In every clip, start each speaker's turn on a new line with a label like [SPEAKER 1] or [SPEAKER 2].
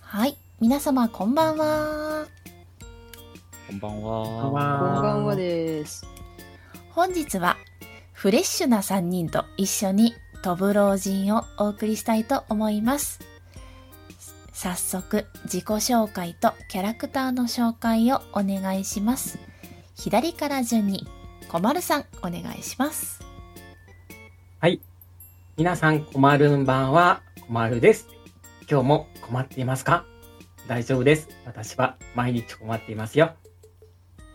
[SPEAKER 1] はい。皆様、こんばんは。
[SPEAKER 2] こんばん
[SPEAKER 3] こんば
[SPEAKER 2] は。
[SPEAKER 4] こんばんは
[SPEAKER 3] で。
[SPEAKER 4] です。
[SPEAKER 1] 本日は、フレッシュな3人と一緒に、飛ぶ老人をお送りしたいと思います。早速、自己紹介とキャラクターの紹介をお願いします。左から順に、こまるさん、お願いします。
[SPEAKER 3] 皆さん、こまるんばんは、こまるです。今日も困っていますか大丈夫です。私は毎日困っていますよ。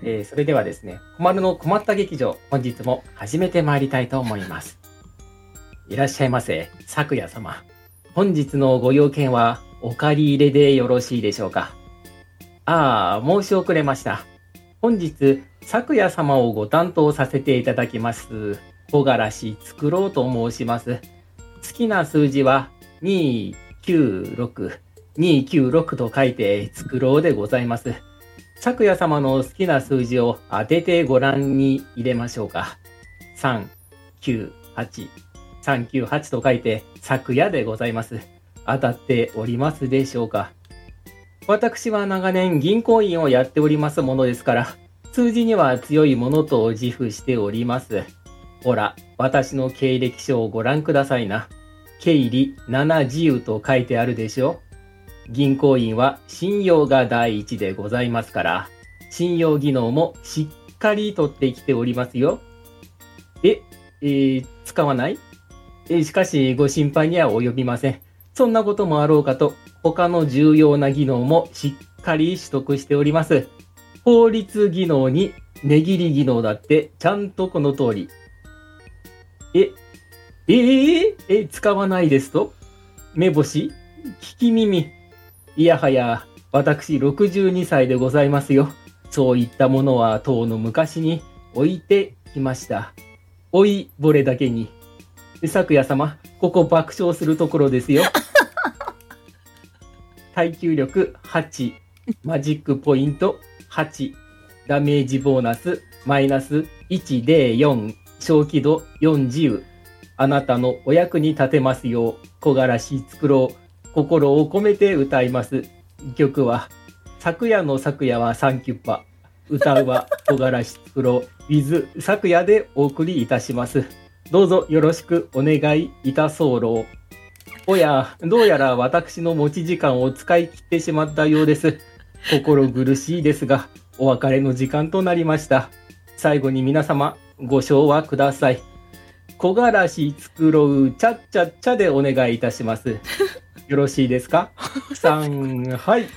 [SPEAKER 3] えーそれではですね、こまるの困った劇場、本日も始めてまいりたいと思います。いらっしゃいませ、昨夜様。本日のご用件は、お借り入れでよろしいでしょうかああ、申し遅れました。本日、昨夜様をご担当させていただきます、小がらし作ろうと申します。好きな数字は296、296と書いて作ろうでございます。昨夜様の好きな数字を当ててご覧に入れましょうか。398、398と書いて昨夜でございます。当たっておりますでしょうか。私は長年銀行員をやっておりますものですから、数字には強いものと自負しております。ほら、私の経歴書をご覧くださいな。経理7自由と書いてあるでしょ。銀行員は信用が第一でございますから、信用技能もしっかり取ってきておりますよ。え、えー使わないえしかし、ご心配には及びません。そんなこともあろうかと、他の重要な技能もしっかり取得しております。法律技能に値切り技能だって、ちゃんとこの通り。え、えーえ、使わないですと目星聞き耳いやはや、私62歳でございますよ。そういったものは、当の昔に置いてきました。老いぼれだけに。昨夜様、ここ爆笑するところですよ。耐久力8、マジックポイント8、ダメージボーナスマイナス1で4、小気度40。あなたのお役に立てますよう、木枯らし作ろう、心を込めて歌います。曲は、昨夜の昨夜はサンキュッパ。歌うは、木枯らし作ろう、with 昨夜でお送りいたします。どうぞよろしくお願いいたそうろう。おや、どうやら私の持ち時間を使い切ってしまったようです。心苦しいですが、お別れの時間となりました。最後に皆様、ご唱和ください。木枯らし作ろう、ちゃっちゃっちゃでお願いいたします。よろしいですかさん、はい。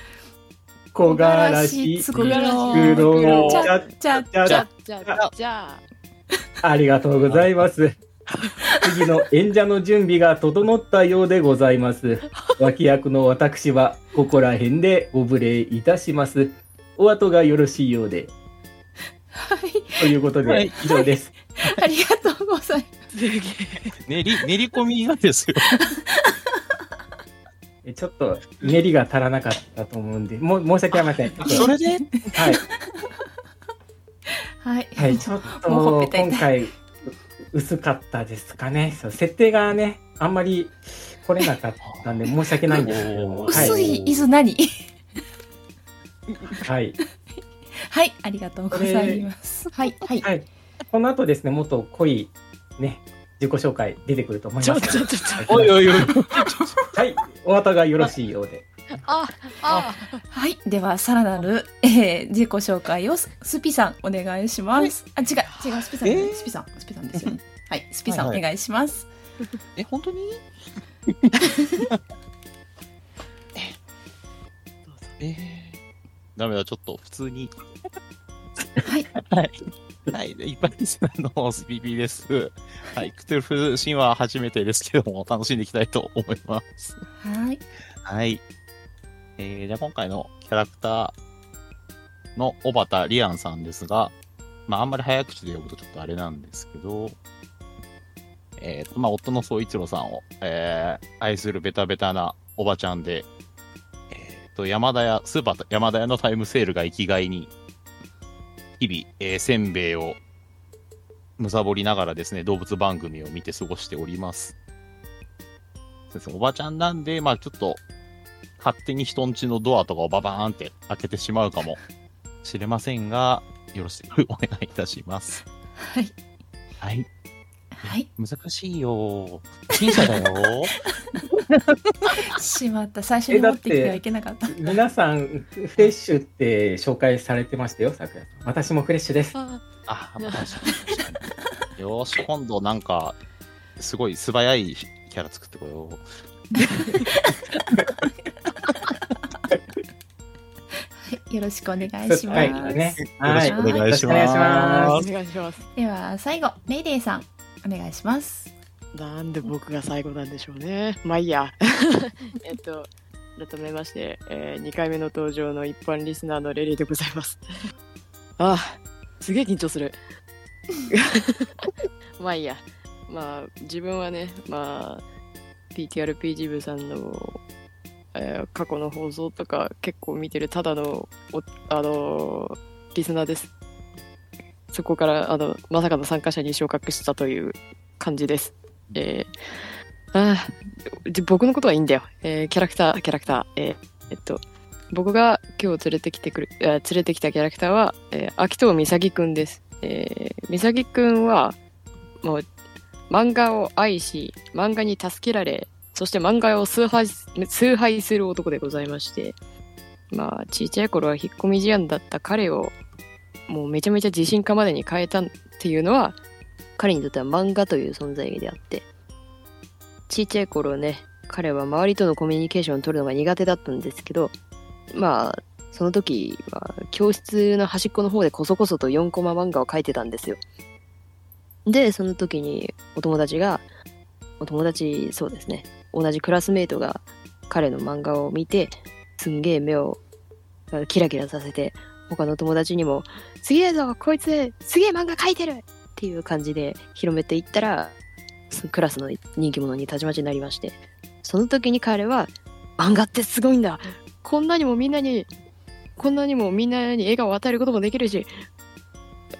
[SPEAKER 3] 木枯らし
[SPEAKER 1] 小
[SPEAKER 4] こ
[SPEAKER 1] 枯
[SPEAKER 4] が
[SPEAKER 1] らし
[SPEAKER 4] 作ろ
[SPEAKER 1] ち
[SPEAKER 4] う、ち
[SPEAKER 1] ゃ
[SPEAKER 4] ゃ
[SPEAKER 1] っ
[SPEAKER 4] っ
[SPEAKER 1] ちゃっ
[SPEAKER 4] ちゃ
[SPEAKER 1] ち
[SPEAKER 4] ち
[SPEAKER 1] ゃ
[SPEAKER 4] ゃ。じゃあじゃあ
[SPEAKER 3] ありがとうございます。次の演者の準備が整ったようでございます。脇役の私はここら辺でご無礼いたします。お後がよろしいようで。
[SPEAKER 1] はい。
[SPEAKER 3] ということ
[SPEAKER 2] は
[SPEAKER 3] で
[SPEAKER 2] い、
[SPEAKER 3] 以上です。
[SPEAKER 1] ありがとうございます。
[SPEAKER 4] すげえ。
[SPEAKER 2] 練り、練り込みなんですよ。
[SPEAKER 3] えちょっと練りが足らなかったと思うんで、もう申し訳ありません。ちょっと
[SPEAKER 2] それで
[SPEAKER 3] はい。
[SPEAKER 1] はい。
[SPEAKER 3] はい、ちょっと
[SPEAKER 1] もうほっぺた痛い
[SPEAKER 3] 今回う薄かったですかね。そう設定がね、あんまり来れなかったんで申し訳ないんですけども。
[SPEAKER 2] おー
[SPEAKER 3] は
[SPEAKER 1] 薄
[SPEAKER 3] い。
[SPEAKER 1] い椅子何
[SPEAKER 3] はい
[SPEAKER 1] はい、ありがとうございます。はい、はい。
[SPEAKER 3] はい。この後ですね、もっと濃い、ね、自己紹介出てくると思い
[SPEAKER 4] ち
[SPEAKER 3] ま
[SPEAKER 4] ょ
[SPEAKER 3] す
[SPEAKER 4] ちょちょちょ。
[SPEAKER 2] おいおいおい。
[SPEAKER 3] はい。お後がよろしいようで。
[SPEAKER 4] ああ
[SPEAKER 1] はい、ではさらなる、えー、自己紹介をススピさんお願いします。あ、違う、違う、スピさん、
[SPEAKER 2] えー
[SPEAKER 1] スピさん、スピさんですよね。はい、スピさん、
[SPEAKER 2] はいはい
[SPEAKER 1] お願いします。
[SPEAKER 2] え、本 当にえー、ダメだ、ちょっと普通に。
[SPEAKER 1] はい、
[SPEAKER 2] はい、いっぱいです。あの、スピピです。はい、クトゥルフ神話は初めてですけども、楽しんでいきたいと思います。
[SPEAKER 1] はい、
[SPEAKER 2] はい。えー、じゃあ今回のキャラクターの小畑リアンさんですが、まああんまり早口で呼ぶとちょっとあれなんですけど、えーと、まあ夫の総一郎さんを、えー愛するベタベタなおばちゃんで、えーと、山田屋、スーパー山田屋のタイムセールが生きがいに、日々、えーせんべいを貪りながらですね、動物番組を見て過ごしております。そうですねおばちゃんなんで、まあちょっと、勝手に人んちのドアとかをババーンって開けてしまうかもしれませんが、よろしくお願いいたします。
[SPEAKER 1] はい。
[SPEAKER 2] はい。
[SPEAKER 1] はい。
[SPEAKER 2] 難しいよ。僅差だよ。
[SPEAKER 1] しまった。最初に持ってきてはいけなかった。
[SPEAKER 3] 皆さん、フレッシュって紹介されてましたよ、さくらさん。私もフレッシュです。
[SPEAKER 5] あ
[SPEAKER 2] あ、確かに確かに。よーし、今度なんか、すごい素早いキャラ作ってこよう。
[SPEAKER 1] はいよろしくお願いします。
[SPEAKER 3] はいねはい
[SPEAKER 2] よろしくお願いします。
[SPEAKER 3] よろしくお願
[SPEAKER 5] お願いします。
[SPEAKER 1] では最後、レイレイさん、お願いします。
[SPEAKER 5] なんで僕が最後なんでしょうね。まあいいや。 えっと、改めまして、え2回目の登場の一般リスナーのレリーでございます。ああ、すげえ緊張する。 まあいいや。まあ自分はね、まあ、PTRPG 部さんの、えー過去の放送とか結構見てるただのおあのーリスナーです。そこからあのまさかの参加者に昇格したという感じです。えーあーじ僕のことはいいんだよ。えーキャラクター、キャラクター。えーえっと、僕が今日連れてきてくる、あ連れてきたキャラクターは、えー、秋藤美咲くんです。えー、美咲くんは、もう、漫画を愛し、漫画に助けられ、そして漫画を崇拝す崇拝する男でございまして、まあ、ちっちゃい頃は引っ込み思案だった彼を、もうめちゃめちゃ自信家までに変えたっていうのは、彼にとっては漫画という存在であってちっちゃい頃ね彼は周りとのコミュニケーションを取るのが苦手だったんですけどまあその時は教室の端っこの方でこそこそと4コマ漫画を描いてたんですよでその時にお友達がお友達そうですね同じクラスメートが彼の漫画を見てすんげえ目をあキラキラさせて他の友達にも「すげえぞこいつすげえ漫画描いてる!」っていう感じで広めていったらそのクラスの人気者にたちまちになりましてその時に彼は漫画ってすごいんだこんなにもみんなにこんなにもみんなに笑顔を与えることもできるし、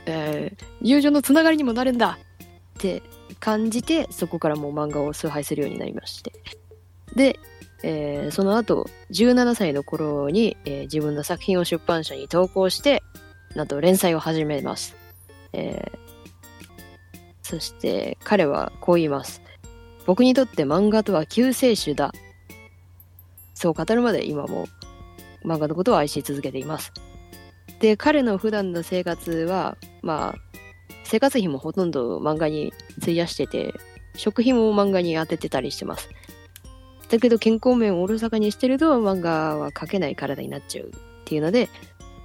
[SPEAKER 5] えー友情のつながりにもなるんだって感じてそこからもう漫画を崇拝するようになりましてで、えーその後17歳の頃に、えー自分の作品を出版社に投稿してなんと連載を始めます、えーそして彼はこう言います。僕にとって漫画とは救世主だ。そう語るまで今も漫画のことを愛し続けています。で、彼の普段の生活は、まあ、生活費もほとんど漫画に費やしてて、食費も漫画に当ててたりしてます。だけど健康面をおろそかにしてると漫画は描けない体になっちゃうっていうので、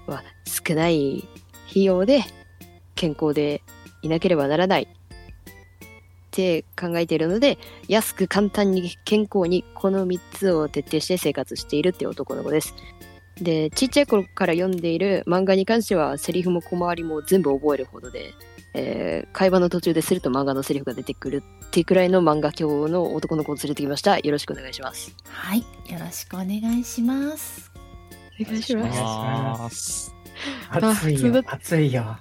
[SPEAKER 5] まあ、少ない費用で健康でいなければならないって考えているので安く簡単に健康にこの3つを徹底して生活しているっていう男の子ですでちっちゃい頃から読んでいる漫画に関してはセリフも小回りも全部覚えるほどで、えー会話の途中ですると漫画のセリフが出てくるっていうくらいの漫画教の男の子を連れてきましたよろしくお願いします
[SPEAKER 1] はい、よろしくお願いします。
[SPEAKER 5] お願いし
[SPEAKER 3] ま
[SPEAKER 2] お願い
[SPEAKER 3] す
[SPEAKER 2] します。。
[SPEAKER 5] あ
[SPEAKER 3] 熱い
[SPEAKER 5] そうだ
[SPEAKER 3] よ
[SPEAKER 5] っ、
[SPEAKER 3] 熱いよ。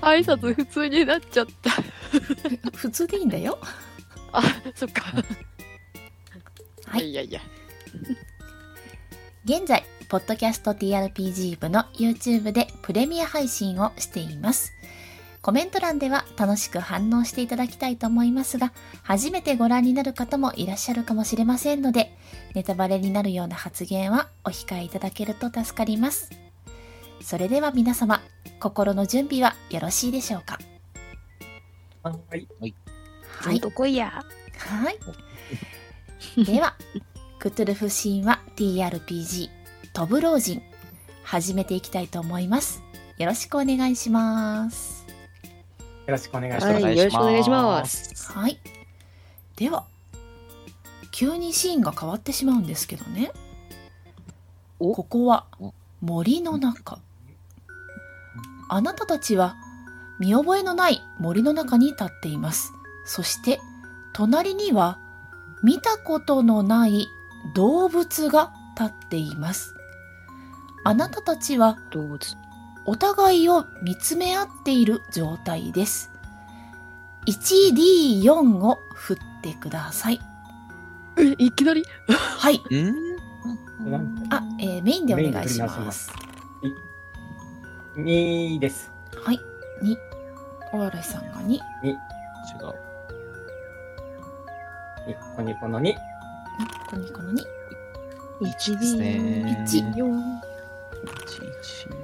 [SPEAKER 5] 挨拶普通になっちゃった
[SPEAKER 1] 普通でいいんだよ。
[SPEAKER 5] あそっか
[SPEAKER 1] はい
[SPEAKER 5] いやいや
[SPEAKER 1] 現在、ポッドキャスト TRPG 部の YouTube でプレミア配信をしています。コメント欄では楽しく反応していただきたいと思いますが、初めてご覧になる方もいらっしゃるかもしれませんので、ネタバレになるような発言はお控えいただけると助かります。それでは皆様、心の準備はよろしいでしょうか
[SPEAKER 3] はい。
[SPEAKER 1] はい。
[SPEAKER 5] こいや
[SPEAKER 1] はい。 では、クトゥルフ神話 TRPG 飛ぶ老人始めていきたいと思います。よろしくお願いします。
[SPEAKER 3] よろしくお願いし
[SPEAKER 5] は
[SPEAKER 3] ま
[SPEAKER 5] い
[SPEAKER 3] す。
[SPEAKER 5] よろしくお願いします
[SPEAKER 1] はい。では、急にシーンが変わってしまうんですけどね。
[SPEAKER 5] お
[SPEAKER 1] ここは
[SPEAKER 2] お
[SPEAKER 1] 森の中。あなたたちは見覚えのない森の中に立っています。そして、隣には見たことのない動物が立っています。あなたたちは
[SPEAKER 5] どうぞ
[SPEAKER 1] お互いを見つめ合っている状態です。1D4 を振ってください。
[SPEAKER 5] え
[SPEAKER 4] いきなり
[SPEAKER 1] はい。
[SPEAKER 2] うん
[SPEAKER 3] なん
[SPEAKER 1] あ、えーメインでお願いし
[SPEAKER 3] メインでお願
[SPEAKER 1] ま
[SPEAKER 3] いし
[SPEAKER 1] す。
[SPEAKER 3] 2です。
[SPEAKER 1] はい。に、お笑いさんがに、
[SPEAKER 2] 違う。
[SPEAKER 3] ニッコニコの2。
[SPEAKER 1] ニコニコのに、
[SPEAKER 4] 1
[SPEAKER 2] ですね
[SPEAKER 1] 一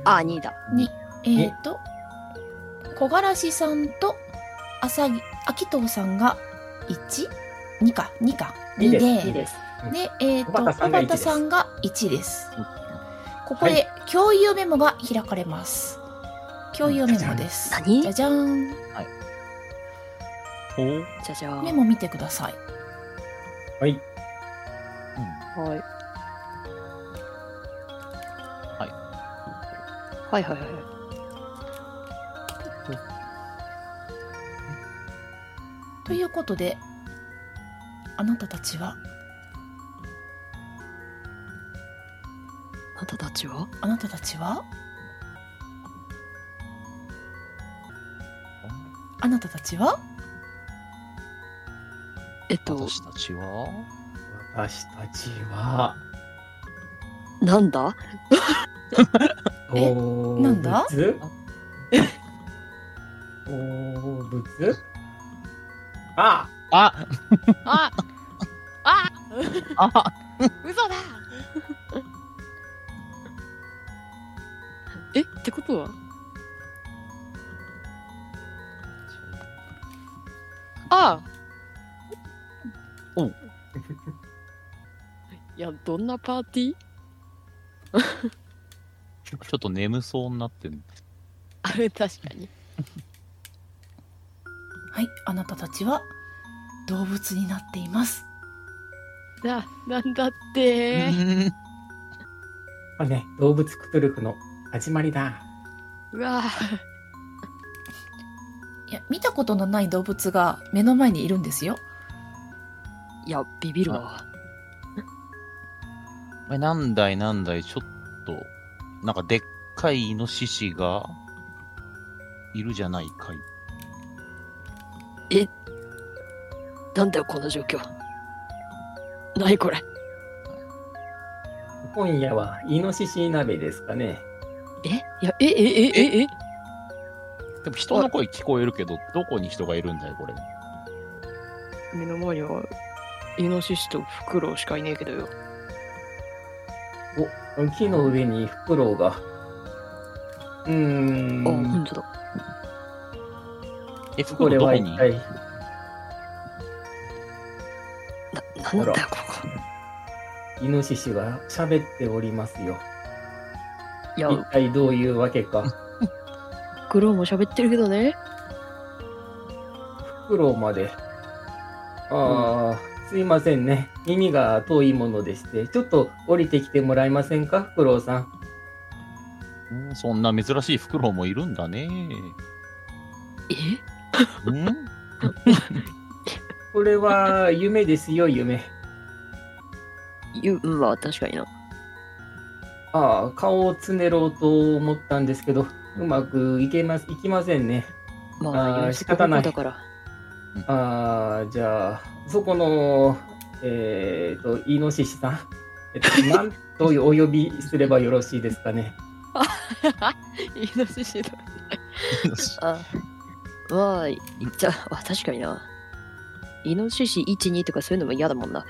[SPEAKER 5] あ、2だ。
[SPEAKER 1] に、えっ、ー、と、小柄しさんと、あさぎ、秋藤さんが1、2か、2か、2で、
[SPEAKER 3] 二
[SPEAKER 5] 2です。
[SPEAKER 1] で、えっ、と、
[SPEAKER 3] 小畑さ
[SPEAKER 1] 小
[SPEAKER 3] んが
[SPEAKER 1] 畑さんが1です
[SPEAKER 2] うん。
[SPEAKER 1] ここ
[SPEAKER 3] は
[SPEAKER 1] で共有メモが開かれます。共有メモです。
[SPEAKER 5] 何
[SPEAKER 1] じゃじゃーん。
[SPEAKER 2] おうん。
[SPEAKER 5] じゃじゃ
[SPEAKER 1] メ
[SPEAKER 5] ーん。
[SPEAKER 1] モ見てください。
[SPEAKER 3] はい。
[SPEAKER 4] は
[SPEAKER 5] はい
[SPEAKER 4] い
[SPEAKER 5] はいはい。
[SPEAKER 1] ということで、あなたたちは、
[SPEAKER 5] あなたたちは
[SPEAKER 1] あなたたちは、あなたたちは、
[SPEAKER 5] えっと、
[SPEAKER 2] 私たちは
[SPEAKER 3] 私たちは、
[SPEAKER 5] なんだ
[SPEAKER 1] え
[SPEAKER 3] 動物
[SPEAKER 1] なんだ
[SPEAKER 3] 動物あ
[SPEAKER 2] あ
[SPEAKER 4] ああ
[SPEAKER 2] あ
[SPEAKER 4] 嘘だ えってことはあ
[SPEAKER 2] お
[SPEAKER 4] いやどんなパーティー
[SPEAKER 2] ちょっと眠そうになってる。
[SPEAKER 4] あれ確かに
[SPEAKER 1] はい、あなたたちは、動物になっています。
[SPEAKER 4] ななんだって
[SPEAKER 2] うん
[SPEAKER 3] まあね、動物クトゥルフの始まりだ。
[SPEAKER 4] うわ
[SPEAKER 1] いや、見たことのない動物が目の前にいるんですよ。
[SPEAKER 5] いや、ビビるわ。
[SPEAKER 2] え何台何台ちょっと、なんかでっかいイノシシがいるじゃないかい。
[SPEAKER 5] なんだよ、この状況。なにこれ。
[SPEAKER 3] 今夜はイノシシ鍋ですかね。
[SPEAKER 5] えいや、え、え、え、え、え、
[SPEAKER 2] でも人の声聞こえるけど、どこに人がいるんだよ、これ。
[SPEAKER 4] 目の前にはイノシシとフクロウしかいねえけどよ
[SPEAKER 3] お、木の上にフクロウが。うー
[SPEAKER 5] あ、ほん
[SPEAKER 3] ん。
[SPEAKER 5] とだ。
[SPEAKER 2] え、フ
[SPEAKER 3] こ
[SPEAKER 2] クロ
[SPEAKER 3] れ
[SPEAKER 2] ウど
[SPEAKER 3] は
[SPEAKER 2] こ
[SPEAKER 3] 一
[SPEAKER 2] に
[SPEAKER 3] 体、
[SPEAKER 5] な、なんだよ、ここ。
[SPEAKER 3] イノシシが喋っておりますよ。
[SPEAKER 5] いや、
[SPEAKER 3] 一体どういうわけか、
[SPEAKER 5] フクロウも喋ってるけどね。
[SPEAKER 3] フクロウまで。ああ、すいませんね。耳が遠いものでして、ちょっと降りてきてもらえませんか、フクロウさん。
[SPEAKER 2] うんそんな珍しいフクロウもいるんだね。
[SPEAKER 5] え
[SPEAKER 2] うん
[SPEAKER 3] これは夢ですよ、夢。
[SPEAKER 5] ゆ、うんは確かにな。
[SPEAKER 3] ああ、顔をつねろうと思ったんですけど、うまくいけます、いきませんね。あ
[SPEAKER 5] ま
[SPEAKER 3] ー
[SPEAKER 5] あ、
[SPEAKER 3] 仕方ない
[SPEAKER 5] だから。
[SPEAKER 3] ああ、じゃあ、そこの、えっ、と、イノシシさん。えっと、なんとお呼びすればよろしいですかね。
[SPEAKER 4] イノシシだ
[SPEAKER 5] あ、わーい。じゃあ、あ確かにな。イノシシ1、2とかそういうのも嫌だもんな。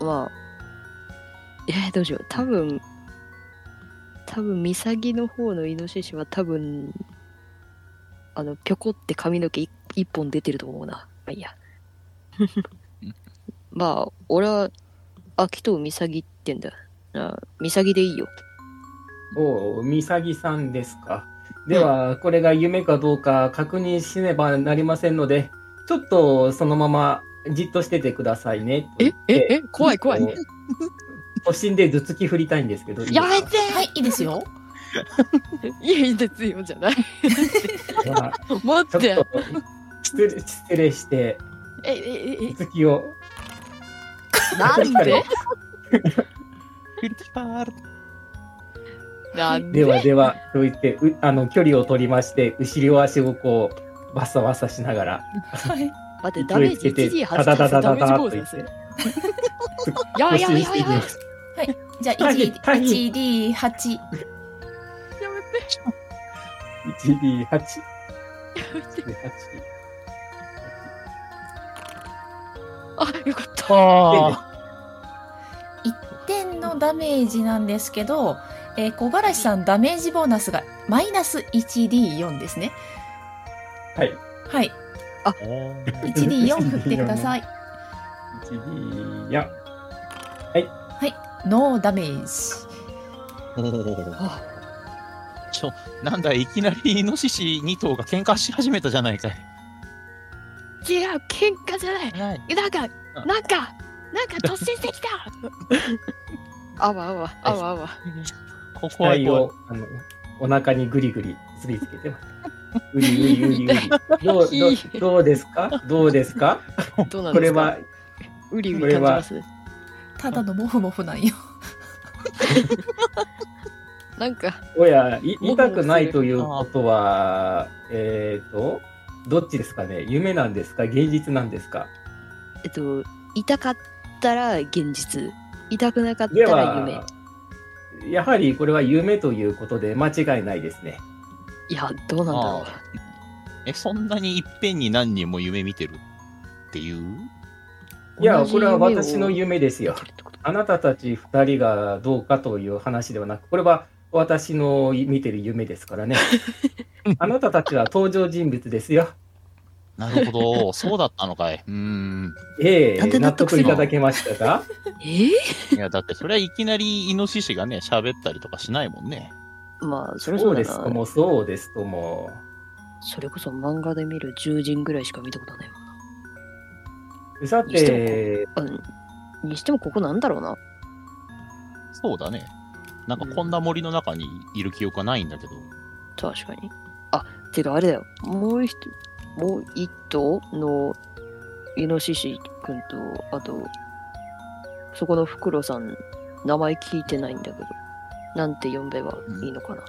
[SPEAKER 5] まあ、えー、どうしよう。多分、多分、ミサギの方のイノシシは多分、あの、ぴょこって髪の毛い一本出てると思うな。まあいいや。 まあ、俺は、秋とミサギって言うんだ。あミサギでいいよ。
[SPEAKER 3] おお、ミサギさんですか。では、これが夢かどうか確認しねばなりませんので、ちょっとそのままじっとしててくださいね。と
[SPEAKER 4] え
[SPEAKER 3] 言っ
[SPEAKER 4] え
[SPEAKER 3] て
[SPEAKER 4] え怖い怖い
[SPEAKER 3] えー都心で頭突き振りたいんですけど。いいです
[SPEAKER 4] や
[SPEAKER 3] か
[SPEAKER 4] めて
[SPEAKER 1] はい、いいですよ。
[SPEAKER 4] いやいいですよじゃない
[SPEAKER 3] まあ
[SPEAKER 4] 待っ
[SPEAKER 3] ちょ
[SPEAKER 4] て
[SPEAKER 3] っと失礼失礼して、
[SPEAKER 4] ええええ
[SPEAKER 3] 頭突きを。
[SPEAKER 5] なんで
[SPEAKER 2] クリティカル
[SPEAKER 4] な ん
[SPEAKER 3] ではでは、と言って、うあの距離を取りまして、後ろ足をこう、バサバサしながら、
[SPEAKER 1] はい。
[SPEAKER 5] 待って、ダメージ1 d 8
[SPEAKER 3] ダダ
[SPEAKER 5] だ
[SPEAKER 3] ダダ
[SPEAKER 4] ダメージ
[SPEAKER 3] ダ
[SPEAKER 4] 防
[SPEAKER 3] と言
[SPEAKER 4] 止
[SPEAKER 3] っ
[SPEAKER 4] す
[SPEAKER 3] て
[SPEAKER 4] る。やばいやばい
[SPEAKER 3] 突進
[SPEAKER 4] や
[SPEAKER 3] していき
[SPEAKER 4] ばいやばい
[SPEAKER 3] ま
[SPEAKER 4] や
[SPEAKER 3] す。
[SPEAKER 1] じゃあ
[SPEAKER 3] 大変大変
[SPEAKER 1] 1D8
[SPEAKER 3] 1D8。
[SPEAKER 4] めて
[SPEAKER 3] 1D8。
[SPEAKER 4] あよかった
[SPEAKER 2] あ
[SPEAKER 1] 1点のダメージなんですけど、えー、小柄しさんダメージボーナスがマイナス 1D4 ですね
[SPEAKER 3] はい。
[SPEAKER 1] はい
[SPEAKER 2] あー。
[SPEAKER 1] 1D4 振ってください
[SPEAKER 3] 1D や。
[SPEAKER 1] ノーダメージ
[SPEAKER 2] ちょ、なんだ、いきなりイノシシ2頭が喧嘩し始めたじゃないかい。
[SPEAKER 4] 違う喧嘩じゃな
[SPEAKER 2] は
[SPEAKER 4] い
[SPEAKER 2] い。
[SPEAKER 4] なんかなんかなんか突進してきたあわあわあわあわ
[SPEAKER 2] ここは
[SPEAKER 3] 額
[SPEAKER 2] こ
[SPEAKER 3] をあのお腹にグリグリすりつけてます。グリグリグリグリ。どうどうどうですかどうですか
[SPEAKER 4] どうなん
[SPEAKER 3] こ
[SPEAKER 4] で
[SPEAKER 3] れ
[SPEAKER 4] すか
[SPEAKER 3] は
[SPEAKER 4] うりうり
[SPEAKER 3] これ
[SPEAKER 4] 感じ
[SPEAKER 3] は
[SPEAKER 4] ます
[SPEAKER 1] ただのモフモフなんよ
[SPEAKER 4] なんか
[SPEAKER 3] おやい痛くないということはえっ、とどっちですかね夢なんですか現実なんですか
[SPEAKER 5] えっと、痛かったら現実、痛くなかった
[SPEAKER 3] で
[SPEAKER 5] ら夢。
[SPEAKER 3] はやはりこれは夢ということで間違いないですね。
[SPEAKER 5] いや、どうなんだろ
[SPEAKER 2] あえ、そんなにいっぺんに何人も夢見てるっていう
[SPEAKER 5] う。
[SPEAKER 3] いや
[SPEAKER 5] 同じ
[SPEAKER 3] これは私の
[SPEAKER 5] 夢を
[SPEAKER 3] 夢ですよ。あなたたち2人がどうかという話ではなく、これは私の見てる夢ですから ね。あなたたちは登場人物ですよ。
[SPEAKER 2] なるほど、そうだったのかい。うーん。
[SPEAKER 3] ええ
[SPEAKER 5] なんで
[SPEAKER 3] 納
[SPEAKER 5] 納得す
[SPEAKER 3] 得
[SPEAKER 5] る
[SPEAKER 3] い
[SPEAKER 5] の
[SPEAKER 3] ただけましたか
[SPEAKER 5] え
[SPEAKER 2] いや、だってそれはいきなりイノシシがね、喋ったりとかしないもんね。
[SPEAKER 5] ーまあ、それ
[SPEAKER 3] そ
[SPEAKER 5] そううだ
[SPEAKER 3] ですと
[SPEAKER 5] な。
[SPEAKER 3] も、そうですとも。
[SPEAKER 5] それこそ漫画で見る獣人ぐらいしか見たことない
[SPEAKER 3] さ
[SPEAKER 5] にして
[SPEAKER 3] て、
[SPEAKER 5] もん。うん。にしてもここなんだろうな。
[SPEAKER 2] そうだね。なんかこんな森の中にいる記憶はないんだけど。
[SPEAKER 5] 確かに。あ、てかあれだよ。もう一、もう一頭のイノシシくんと、あと、そこのフクロさん、名前聞いてないんだけど、なんて呼べばいいのかな。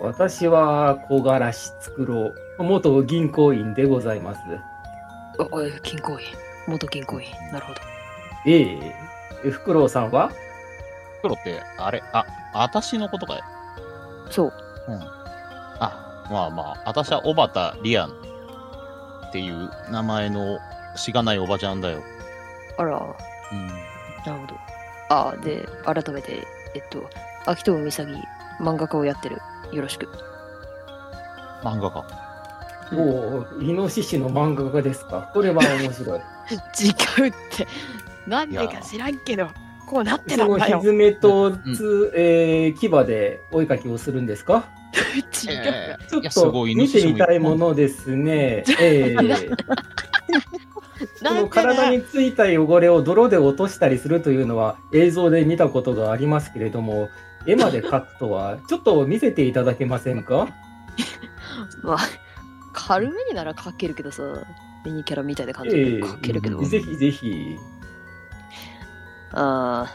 [SPEAKER 3] 私は小柄しつくろう。元銀行員でございます。
[SPEAKER 5] あ、おい銀行員。元銀行員。なるほど。
[SPEAKER 3] えええフクロウさんは
[SPEAKER 2] 黒って、あれ、あ、私のことかい。
[SPEAKER 5] そう。
[SPEAKER 2] あ、まあまあ、私は小畑リアンっていう名前のしがないおばちゃんだよ。
[SPEAKER 5] あら、
[SPEAKER 2] うん。
[SPEAKER 5] なるほど。あ、で、改めて、えっと、秋藤美咲、漫画家をやってる。よろしく。
[SPEAKER 2] 漫画家。
[SPEAKER 5] うん
[SPEAKER 3] おお、イノシシの漫画家ですか。これは面白い。
[SPEAKER 4] 違うってなんでか知らんけどこうなって
[SPEAKER 3] そ
[SPEAKER 4] たん
[SPEAKER 3] の
[SPEAKER 4] だよ
[SPEAKER 3] ひずめとつ、えー、牙でお絵かきをするんですか
[SPEAKER 4] 違う、
[SPEAKER 2] え
[SPEAKER 3] ちょ
[SPEAKER 2] い
[SPEAKER 3] っ
[SPEAKER 2] やす
[SPEAKER 3] と
[SPEAKER 2] ごいイノ
[SPEAKER 3] 見
[SPEAKER 2] シ
[SPEAKER 3] て
[SPEAKER 2] シもい
[SPEAKER 3] み
[SPEAKER 2] る
[SPEAKER 3] たいものですね。 えー、そ
[SPEAKER 4] な
[SPEAKER 3] の
[SPEAKER 4] んか
[SPEAKER 3] 体
[SPEAKER 4] な
[SPEAKER 3] についた汚れを泥で落としたりするというのは映像で見たことがありますけれども、絵まで描くとはちょっと見せていただけませんか
[SPEAKER 5] まあ、軽めになら書けるけどさ、ミニキャラみたいな感じ
[SPEAKER 3] え
[SPEAKER 5] で
[SPEAKER 3] え
[SPEAKER 5] 書けるけど、
[SPEAKER 2] うん
[SPEAKER 3] ぜひぜひ。
[SPEAKER 5] あ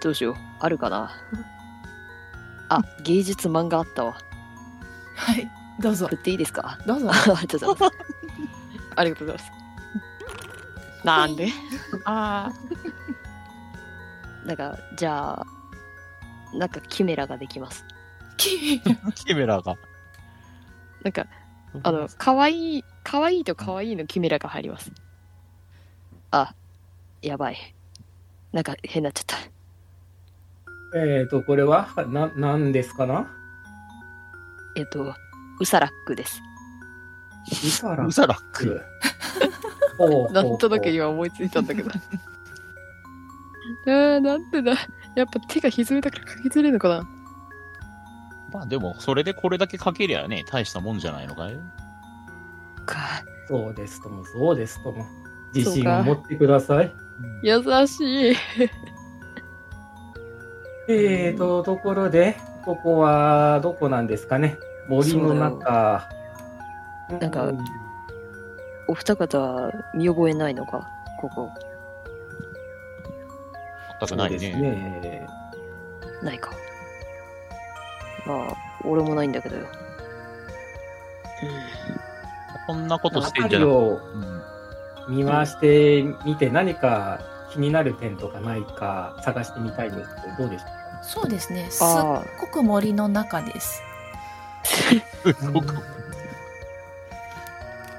[SPEAKER 5] ー、どうしよう。あるかな。 あ、芸術漫画あったわ。
[SPEAKER 1] はいどうぞ
[SPEAKER 5] 振っていいですか
[SPEAKER 1] どうぞ
[SPEAKER 5] ありがとうございます。
[SPEAKER 4] ありがとうございますなんでああ
[SPEAKER 5] なんか、じゃあ、なんかキメラができます。
[SPEAKER 2] キメラが。
[SPEAKER 4] なんかあの可愛い可愛いと可愛いのキメラが入ります
[SPEAKER 5] やばい。なんか変になっちゃった。
[SPEAKER 3] えっ、ー、と、これはな何ですかな
[SPEAKER 5] えっと、ウサラックです。
[SPEAKER 3] ウサラ
[SPEAKER 2] ウ
[SPEAKER 3] ッ
[SPEAKER 2] サラック。
[SPEAKER 3] ク。ほうほうほう
[SPEAKER 4] なんとなく今思いついたんだけど。えー、なんでだ。やっぱ手がひずめたから書きづれいのかな。
[SPEAKER 2] まあでも、それでこれだけかけりゃね、大したもんじゃないのかい
[SPEAKER 5] か。
[SPEAKER 3] そうですとも、そうですとも。自信を持ってください。
[SPEAKER 4] 優しい。
[SPEAKER 3] えーと、ところで、ここはどこなんですかね森の中。
[SPEAKER 5] だよ
[SPEAKER 3] う
[SPEAKER 5] お二方は見覚えないのかここ、
[SPEAKER 2] 全く
[SPEAKER 3] そ
[SPEAKER 2] な
[SPEAKER 3] う
[SPEAKER 2] い
[SPEAKER 3] です
[SPEAKER 2] ね。
[SPEAKER 3] ね。
[SPEAKER 5] ないか。まあ、俺もないんだけどよ。
[SPEAKER 2] こんなことしてん
[SPEAKER 3] 辺
[SPEAKER 2] じゃ
[SPEAKER 3] り
[SPEAKER 2] なくて。
[SPEAKER 3] を
[SPEAKER 2] うん
[SPEAKER 3] 見回してみて何か気になる点とかないか探してみたいんですけど、どうでしょ
[SPEAKER 1] そうですね。すっ
[SPEAKER 4] あ
[SPEAKER 1] ごく森の中です。
[SPEAKER 2] すごく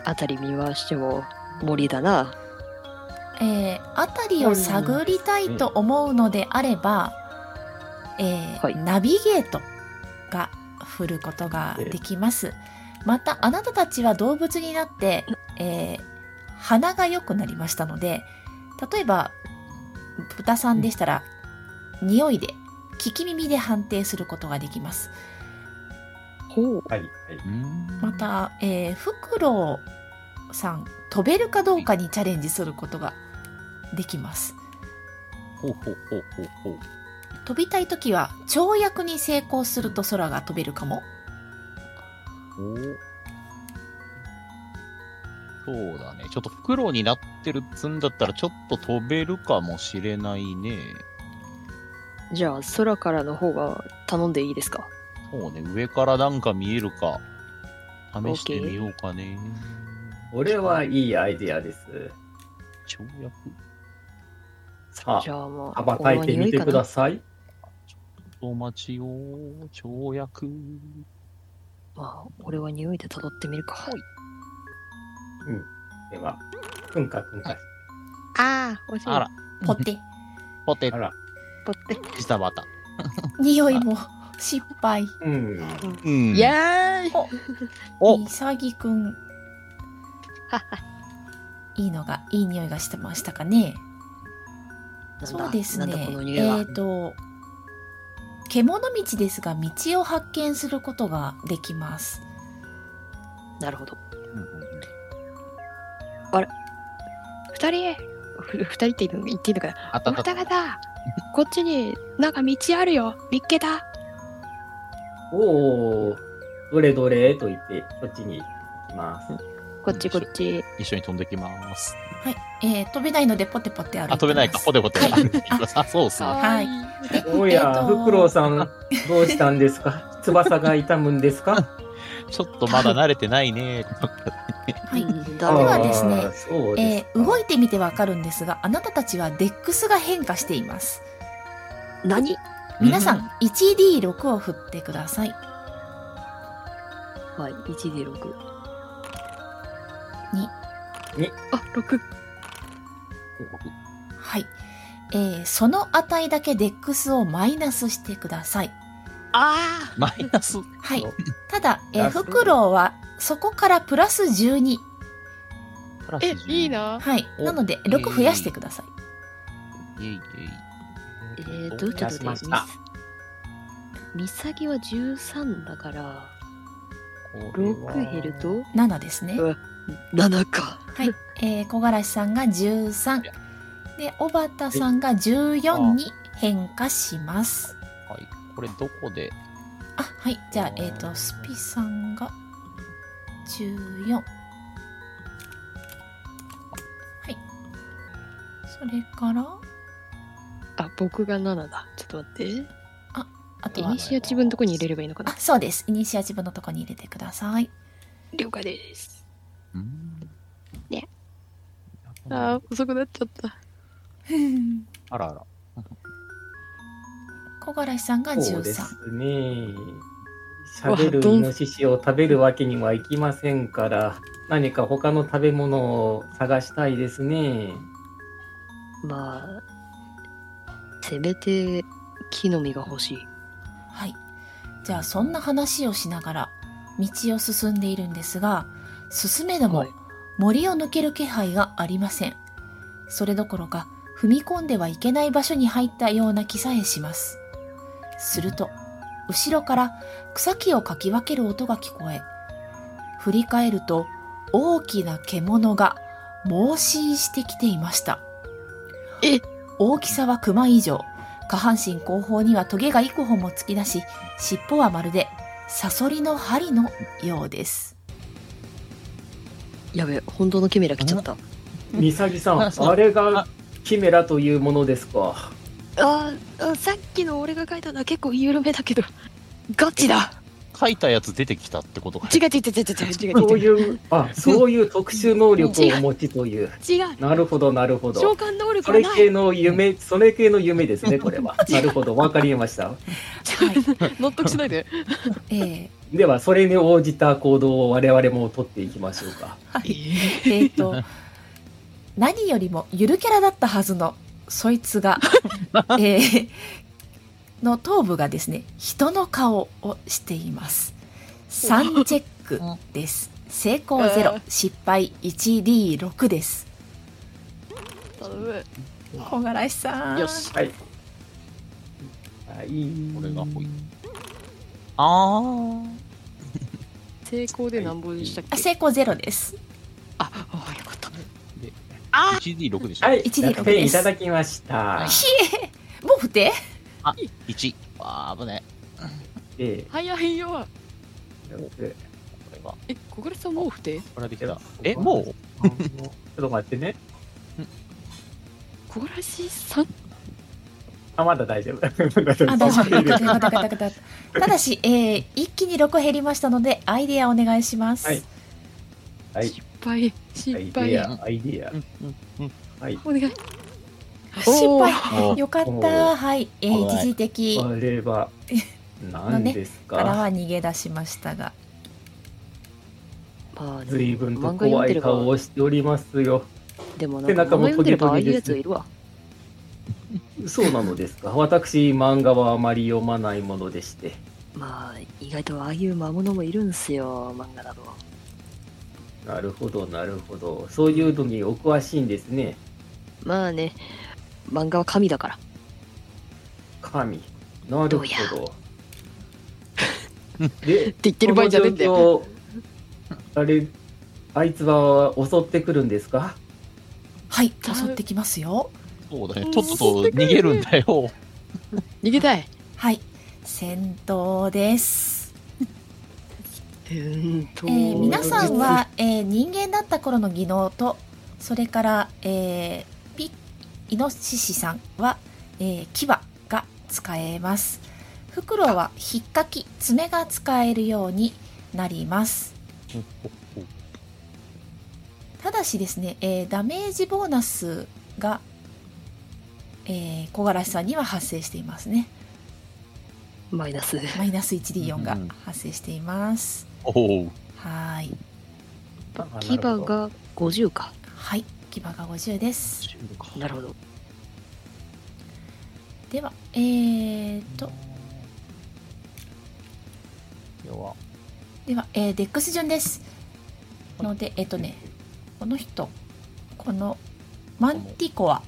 [SPEAKER 5] 辺り見回しても森だな。
[SPEAKER 1] えー、辺りを探りたいと思うのであれば、えー
[SPEAKER 5] はい
[SPEAKER 1] ナビゲートが振ることができます。また、あなたたちは動物になって、えー鼻が良くなりましたので、例えば、豚さんでしたら、匂いで、聞き耳で判定することができます。
[SPEAKER 5] ほう
[SPEAKER 3] う。。はい、はい。
[SPEAKER 1] また、えー、フクロウさん飛べるかどうかにチャレンジすることができます
[SPEAKER 2] ほうほうほうほうほう
[SPEAKER 1] 飛びたい時は跳躍に成功すると空が飛べるかも
[SPEAKER 2] おーそうだね。ちょっとフクロウになってるっつんだったら、ちょっと飛べるかもしれないね。
[SPEAKER 5] じゃあ空からの方が頼んでいいですか
[SPEAKER 2] そうね、上からなんか見えるか、試してみようかね。
[SPEAKER 3] これはいいアイデアです。
[SPEAKER 2] 跳躍
[SPEAKER 3] さ
[SPEAKER 5] じ
[SPEAKER 3] あ、
[SPEAKER 5] ゃあもう。
[SPEAKER 3] 羽ばたいてみてください。
[SPEAKER 2] お待ちを、跳躍。
[SPEAKER 5] まあ、俺は匂いで辿ってみるか。
[SPEAKER 3] では、くんかくんか。
[SPEAKER 5] ああ、おし
[SPEAKER 2] あら、
[SPEAKER 1] ポテ
[SPEAKER 2] ポテ
[SPEAKER 3] あら、
[SPEAKER 5] ぽって。
[SPEAKER 2] ジタバタ。
[SPEAKER 1] 匂いも失敗
[SPEAKER 3] うん。
[SPEAKER 2] うん
[SPEAKER 5] いやーい
[SPEAKER 2] お
[SPEAKER 1] いさぎくんいいのがいい匂いがしてましたかねそうです
[SPEAKER 5] なんだ
[SPEAKER 1] ね
[SPEAKER 5] この
[SPEAKER 1] え
[SPEAKER 5] 匂いは。
[SPEAKER 1] ー、と獣道ですが道を発見することができます
[SPEAKER 5] なるほど。
[SPEAKER 2] うんうんうん
[SPEAKER 5] 二人ふ二人って言うの言っていいのかな
[SPEAKER 2] あった
[SPEAKER 5] お
[SPEAKER 2] あった
[SPEAKER 5] 方々、こっちになんか道あるよ。見っけた。
[SPEAKER 3] おお、どれどれと言って、こっちに行きます。
[SPEAKER 5] こっちこっち。
[SPEAKER 2] 一緒に飛んできます。
[SPEAKER 1] はい、えー、飛べないのでポテポテ歩いてます
[SPEAKER 2] あ、飛べな いか、ポテポテ。
[SPEAKER 1] はい
[SPEAKER 2] あ、そうっすね。
[SPEAKER 1] はいで
[SPEAKER 3] おや、
[SPEAKER 1] えーと
[SPEAKER 3] フクロウさん、どうしたんで すか翼が痛むんですか
[SPEAKER 2] ちょっとまだ慣れてないね。
[SPEAKER 1] はい
[SPEAKER 5] うん
[SPEAKER 1] で
[SPEAKER 5] だ
[SPEAKER 1] は
[SPEAKER 5] ろう
[SPEAKER 1] ですね
[SPEAKER 3] あーそうで
[SPEAKER 1] え
[SPEAKER 3] すか、
[SPEAKER 1] ー動いてみてわかるんですがあなたたちはデックスが変化しています
[SPEAKER 5] 何
[SPEAKER 1] 皆さん 1D6 を振ってください
[SPEAKER 5] はい、1で6。
[SPEAKER 1] に
[SPEAKER 3] に
[SPEAKER 5] あ、6。
[SPEAKER 1] はい、えーその値だけデックスをマイナスしてください
[SPEAKER 5] あ
[SPEAKER 2] マイナス。
[SPEAKER 1] はい
[SPEAKER 3] そう
[SPEAKER 1] ただ、えー
[SPEAKER 3] あそう
[SPEAKER 1] フクロウはそこからプラス12
[SPEAKER 2] プラス
[SPEAKER 4] え、
[SPEAKER 2] 10
[SPEAKER 4] いい。な。
[SPEAKER 1] はい
[SPEAKER 2] お
[SPEAKER 1] なので6増やしてください
[SPEAKER 2] いえいえい。
[SPEAKER 5] えー、どういうこと
[SPEAKER 3] 出しました
[SPEAKER 5] ミサギは13だから、
[SPEAKER 2] これは
[SPEAKER 5] 6減ると
[SPEAKER 1] 7ですね
[SPEAKER 5] うわ7か。
[SPEAKER 1] はい、えー、小枯らしさんが13
[SPEAKER 2] いや
[SPEAKER 1] で小畑さんが14に変化します
[SPEAKER 2] はい。これどこで
[SPEAKER 1] あはいじゃあ
[SPEAKER 2] あー
[SPEAKER 1] えっ、とスピさんが14はいそれから
[SPEAKER 4] あ、僕が7だ。ちょっと待って。
[SPEAKER 1] あと
[SPEAKER 5] イ
[SPEAKER 1] は
[SPEAKER 5] ニシアチブのとこに入れればいいのか
[SPEAKER 1] あ
[SPEAKER 5] な
[SPEAKER 1] そうですイニシアチブのとこに入れてください
[SPEAKER 5] 了解です。
[SPEAKER 2] うん
[SPEAKER 5] ね。
[SPEAKER 4] あー、遅くなっちゃった。
[SPEAKER 2] あらあら。
[SPEAKER 1] 小枯らしさんが
[SPEAKER 3] そうで
[SPEAKER 1] 13
[SPEAKER 3] すね。喋るイノシシを食べるわけにはいきませんから、何か他の食べ物を探したいです ね。
[SPEAKER 5] まあ、せめて木の実が欲しい。
[SPEAKER 1] はいじゃあそんな話をしながら道を進んでいるんですが進めども
[SPEAKER 5] はい
[SPEAKER 1] 森を抜ける気配がありませんそれどころか踏み込んではいけない場所に入ったような気さえしますすると後ろから草木をかき分ける音が聞こえ振り返ると大きな獣が猛進してきていました
[SPEAKER 4] え
[SPEAKER 1] 大きさは熊以上下半身後方にはトゲが幾本も突き出し尻尾はまるでサソリの針のようです
[SPEAKER 5] やべ、本当のキメラ来ちゃった。
[SPEAKER 3] ミサギさん、
[SPEAKER 2] あそう
[SPEAKER 3] あれがキメラというものですか。
[SPEAKER 5] あーあ、さっきの俺が書いたのは結構緩めだけど、ガチだ
[SPEAKER 2] 書いたやつ出てきたってことか
[SPEAKER 4] 違う違う違う違う違う違う
[SPEAKER 3] そういう、あ、そういう特殊能力をお持ちという。
[SPEAKER 4] 違う
[SPEAKER 3] なるほど、なるほ
[SPEAKER 4] 召
[SPEAKER 3] ど。
[SPEAKER 4] 喚能力
[SPEAKER 3] そ
[SPEAKER 4] が
[SPEAKER 3] れ
[SPEAKER 4] ない
[SPEAKER 3] 系の夢、それ系の夢ですね、これは。なるほど、わかりました。
[SPEAKER 1] はい、
[SPEAKER 4] 納得しな いで
[SPEAKER 1] えー
[SPEAKER 3] では、それに応じた行動を我々も取っていきましょうか。
[SPEAKER 1] えっと何よりもゆるキャラだったはずのそいつが、えーの頭部がですね人の顔をしています3チェックです成功
[SPEAKER 4] う
[SPEAKER 1] 0
[SPEAKER 4] ん
[SPEAKER 1] 失敗 1D6 です
[SPEAKER 4] 頼む
[SPEAKER 1] 小柄石さん
[SPEAKER 4] よし
[SPEAKER 3] はい。はい。
[SPEAKER 2] これがほいあー
[SPEAKER 4] 成功で何本でしたっ
[SPEAKER 1] あ
[SPEAKER 4] け
[SPEAKER 1] 成功0です
[SPEAKER 4] ああよかった
[SPEAKER 2] あ 1D6 でしょ、
[SPEAKER 3] はい、
[SPEAKER 1] 1D6
[SPEAKER 3] 1点
[SPEAKER 1] で
[SPEAKER 3] い
[SPEAKER 1] す
[SPEAKER 3] ただきました。
[SPEAKER 1] ひえもう不定
[SPEAKER 2] 1あー危ね
[SPEAKER 3] で、
[SPEAKER 4] 早いよ
[SPEAKER 2] えこれは
[SPEAKER 4] え小倉さんもう不定
[SPEAKER 2] これはでき
[SPEAKER 3] では
[SPEAKER 2] たえもう
[SPEAKER 3] あのちょっと待ってね。
[SPEAKER 4] 小倉さん
[SPEAKER 3] あ、まだ 大丈夫。あ
[SPEAKER 1] あ大丈夫よかったよかったよかったよかったただし、えー一気に6減りましたのでアイデアお願いします、
[SPEAKER 3] はいはい。
[SPEAKER 4] 失敗
[SPEAKER 3] アイ
[SPEAKER 4] 失敗
[SPEAKER 3] デア、アイディ
[SPEAKER 2] うんうんうん
[SPEAKER 3] ア。はい。
[SPEAKER 4] お願い
[SPEAKER 1] 失敗
[SPEAKER 2] お
[SPEAKER 1] よかっ
[SPEAKER 3] お
[SPEAKER 1] た
[SPEAKER 3] ー
[SPEAKER 1] はい、えー
[SPEAKER 2] 危ない
[SPEAKER 1] 一時的
[SPEAKER 3] あれは、何です
[SPEAKER 1] から
[SPEAKER 3] か。
[SPEAKER 1] は逃げ出しましたが
[SPEAKER 5] まあ、でも
[SPEAKER 3] 随分と
[SPEAKER 5] 漫画読ん
[SPEAKER 3] 怖
[SPEAKER 5] で
[SPEAKER 3] い
[SPEAKER 5] れば
[SPEAKER 3] 顔をしておりますよ。
[SPEAKER 5] でも
[SPEAKER 3] 背
[SPEAKER 5] なん
[SPEAKER 3] 中
[SPEAKER 5] か漫
[SPEAKER 3] も
[SPEAKER 5] 画読んでればああ
[SPEAKER 3] ト
[SPEAKER 5] い
[SPEAKER 3] ゲトゲ
[SPEAKER 5] う
[SPEAKER 3] で
[SPEAKER 5] や
[SPEAKER 3] す
[SPEAKER 5] ついるわ。
[SPEAKER 3] そうなのですか。私、漫画はあまり読まないものでして。
[SPEAKER 5] まあ、意外とああいう魔物もいるんすよ、漫画だと。
[SPEAKER 3] なるほど、なるほど。そういうのにお詳しいんですね。
[SPEAKER 5] まあね、漫画は神だから。
[SPEAKER 3] 神。なる
[SPEAKER 5] ど
[SPEAKER 3] ほ
[SPEAKER 5] うや
[SPEAKER 3] ど。で、
[SPEAKER 4] って言ってる場合じゃねえんだよ
[SPEAKER 3] この状況あれ、あいつは襲ってくるんですか
[SPEAKER 1] はい
[SPEAKER 4] あ
[SPEAKER 1] 襲ってきますよ
[SPEAKER 2] そうだねとっとと逃げるんだよ
[SPEAKER 4] 逃げたい
[SPEAKER 1] はい戦闘です、
[SPEAKER 4] うんと
[SPEAKER 1] えー皆さんは、えー人間だった頃の技能とそれから、えーピイノシシさんは、えー牙が使えますフクロウは引っかき爪が使えるようになりますただしですね、えーダメージボーナスが、えー、小柄さんには発生していますね
[SPEAKER 5] マイナス。
[SPEAKER 1] マイナス 1D4 が
[SPEAKER 2] うん
[SPEAKER 1] 発生しています、
[SPEAKER 2] おお
[SPEAKER 1] はーい
[SPEAKER 5] 牙が50か。
[SPEAKER 1] はい牙が50です
[SPEAKER 5] なるほど。
[SPEAKER 1] ではえーと
[SPEAKER 2] 弱
[SPEAKER 1] では、えーデックス順ですのでえっ、とねこの人このマンティコア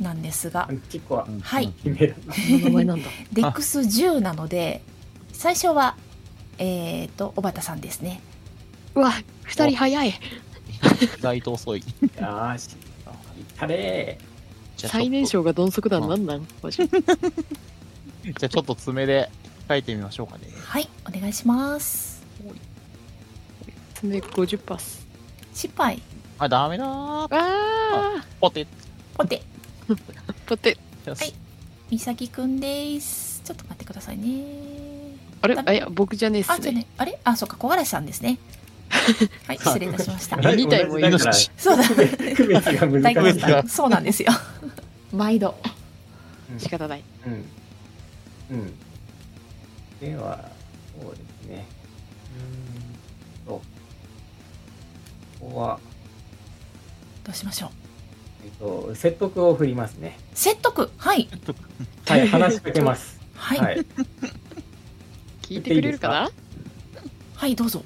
[SPEAKER 1] なんですが
[SPEAKER 3] チコは
[SPEAKER 1] はい
[SPEAKER 3] 姫
[SPEAKER 5] この名前なんだ。
[SPEAKER 1] デックス10なので最初はえーと小畑さんですね
[SPEAKER 4] うわ二人早い
[SPEAKER 2] 意外と遅い
[SPEAKER 3] だ。よし。たれ
[SPEAKER 2] じゃあちょっと
[SPEAKER 4] 最年少が鈍足だなんなんマジ
[SPEAKER 2] じゃあちょっと爪で書いてみましょうかね
[SPEAKER 1] はいお願いします
[SPEAKER 4] 爪50パス
[SPEAKER 1] 失敗
[SPEAKER 2] あダメだー
[SPEAKER 4] あ
[SPEAKER 2] ポテ
[SPEAKER 1] おて
[SPEAKER 4] ーだって
[SPEAKER 2] よし
[SPEAKER 1] はいみさきくんですちょっと待ってくださいね
[SPEAKER 4] あれ
[SPEAKER 1] ダ
[SPEAKER 4] あ
[SPEAKER 1] メ
[SPEAKER 4] いや僕じゃねえっ
[SPEAKER 1] あ
[SPEAKER 4] す
[SPEAKER 1] じゃあ
[SPEAKER 4] ね
[SPEAKER 1] ねあれあそうか小柄さんです ねはい失礼いたしました
[SPEAKER 4] はい二体もいる
[SPEAKER 3] 同
[SPEAKER 2] イノ
[SPEAKER 3] じだから
[SPEAKER 2] シシ
[SPEAKER 1] そうだ
[SPEAKER 3] 区別が
[SPEAKER 1] 大
[SPEAKER 3] 難
[SPEAKER 1] 根
[SPEAKER 3] しい。
[SPEAKER 1] さんそうなんですよ毎度
[SPEAKER 4] 仕方ない
[SPEAKER 3] うん。うん。では、そうですね。うーんと。ここは、
[SPEAKER 1] どうしましょう
[SPEAKER 3] えっと、説得を振りますね。
[SPEAKER 1] 説得はい
[SPEAKER 3] はい、話しかけます。
[SPEAKER 1] はいは、
[SPEAKER 3] はいい。
[SPEAKER 4] 聞いてくれるかな
[SPEAKER 1] どうぞ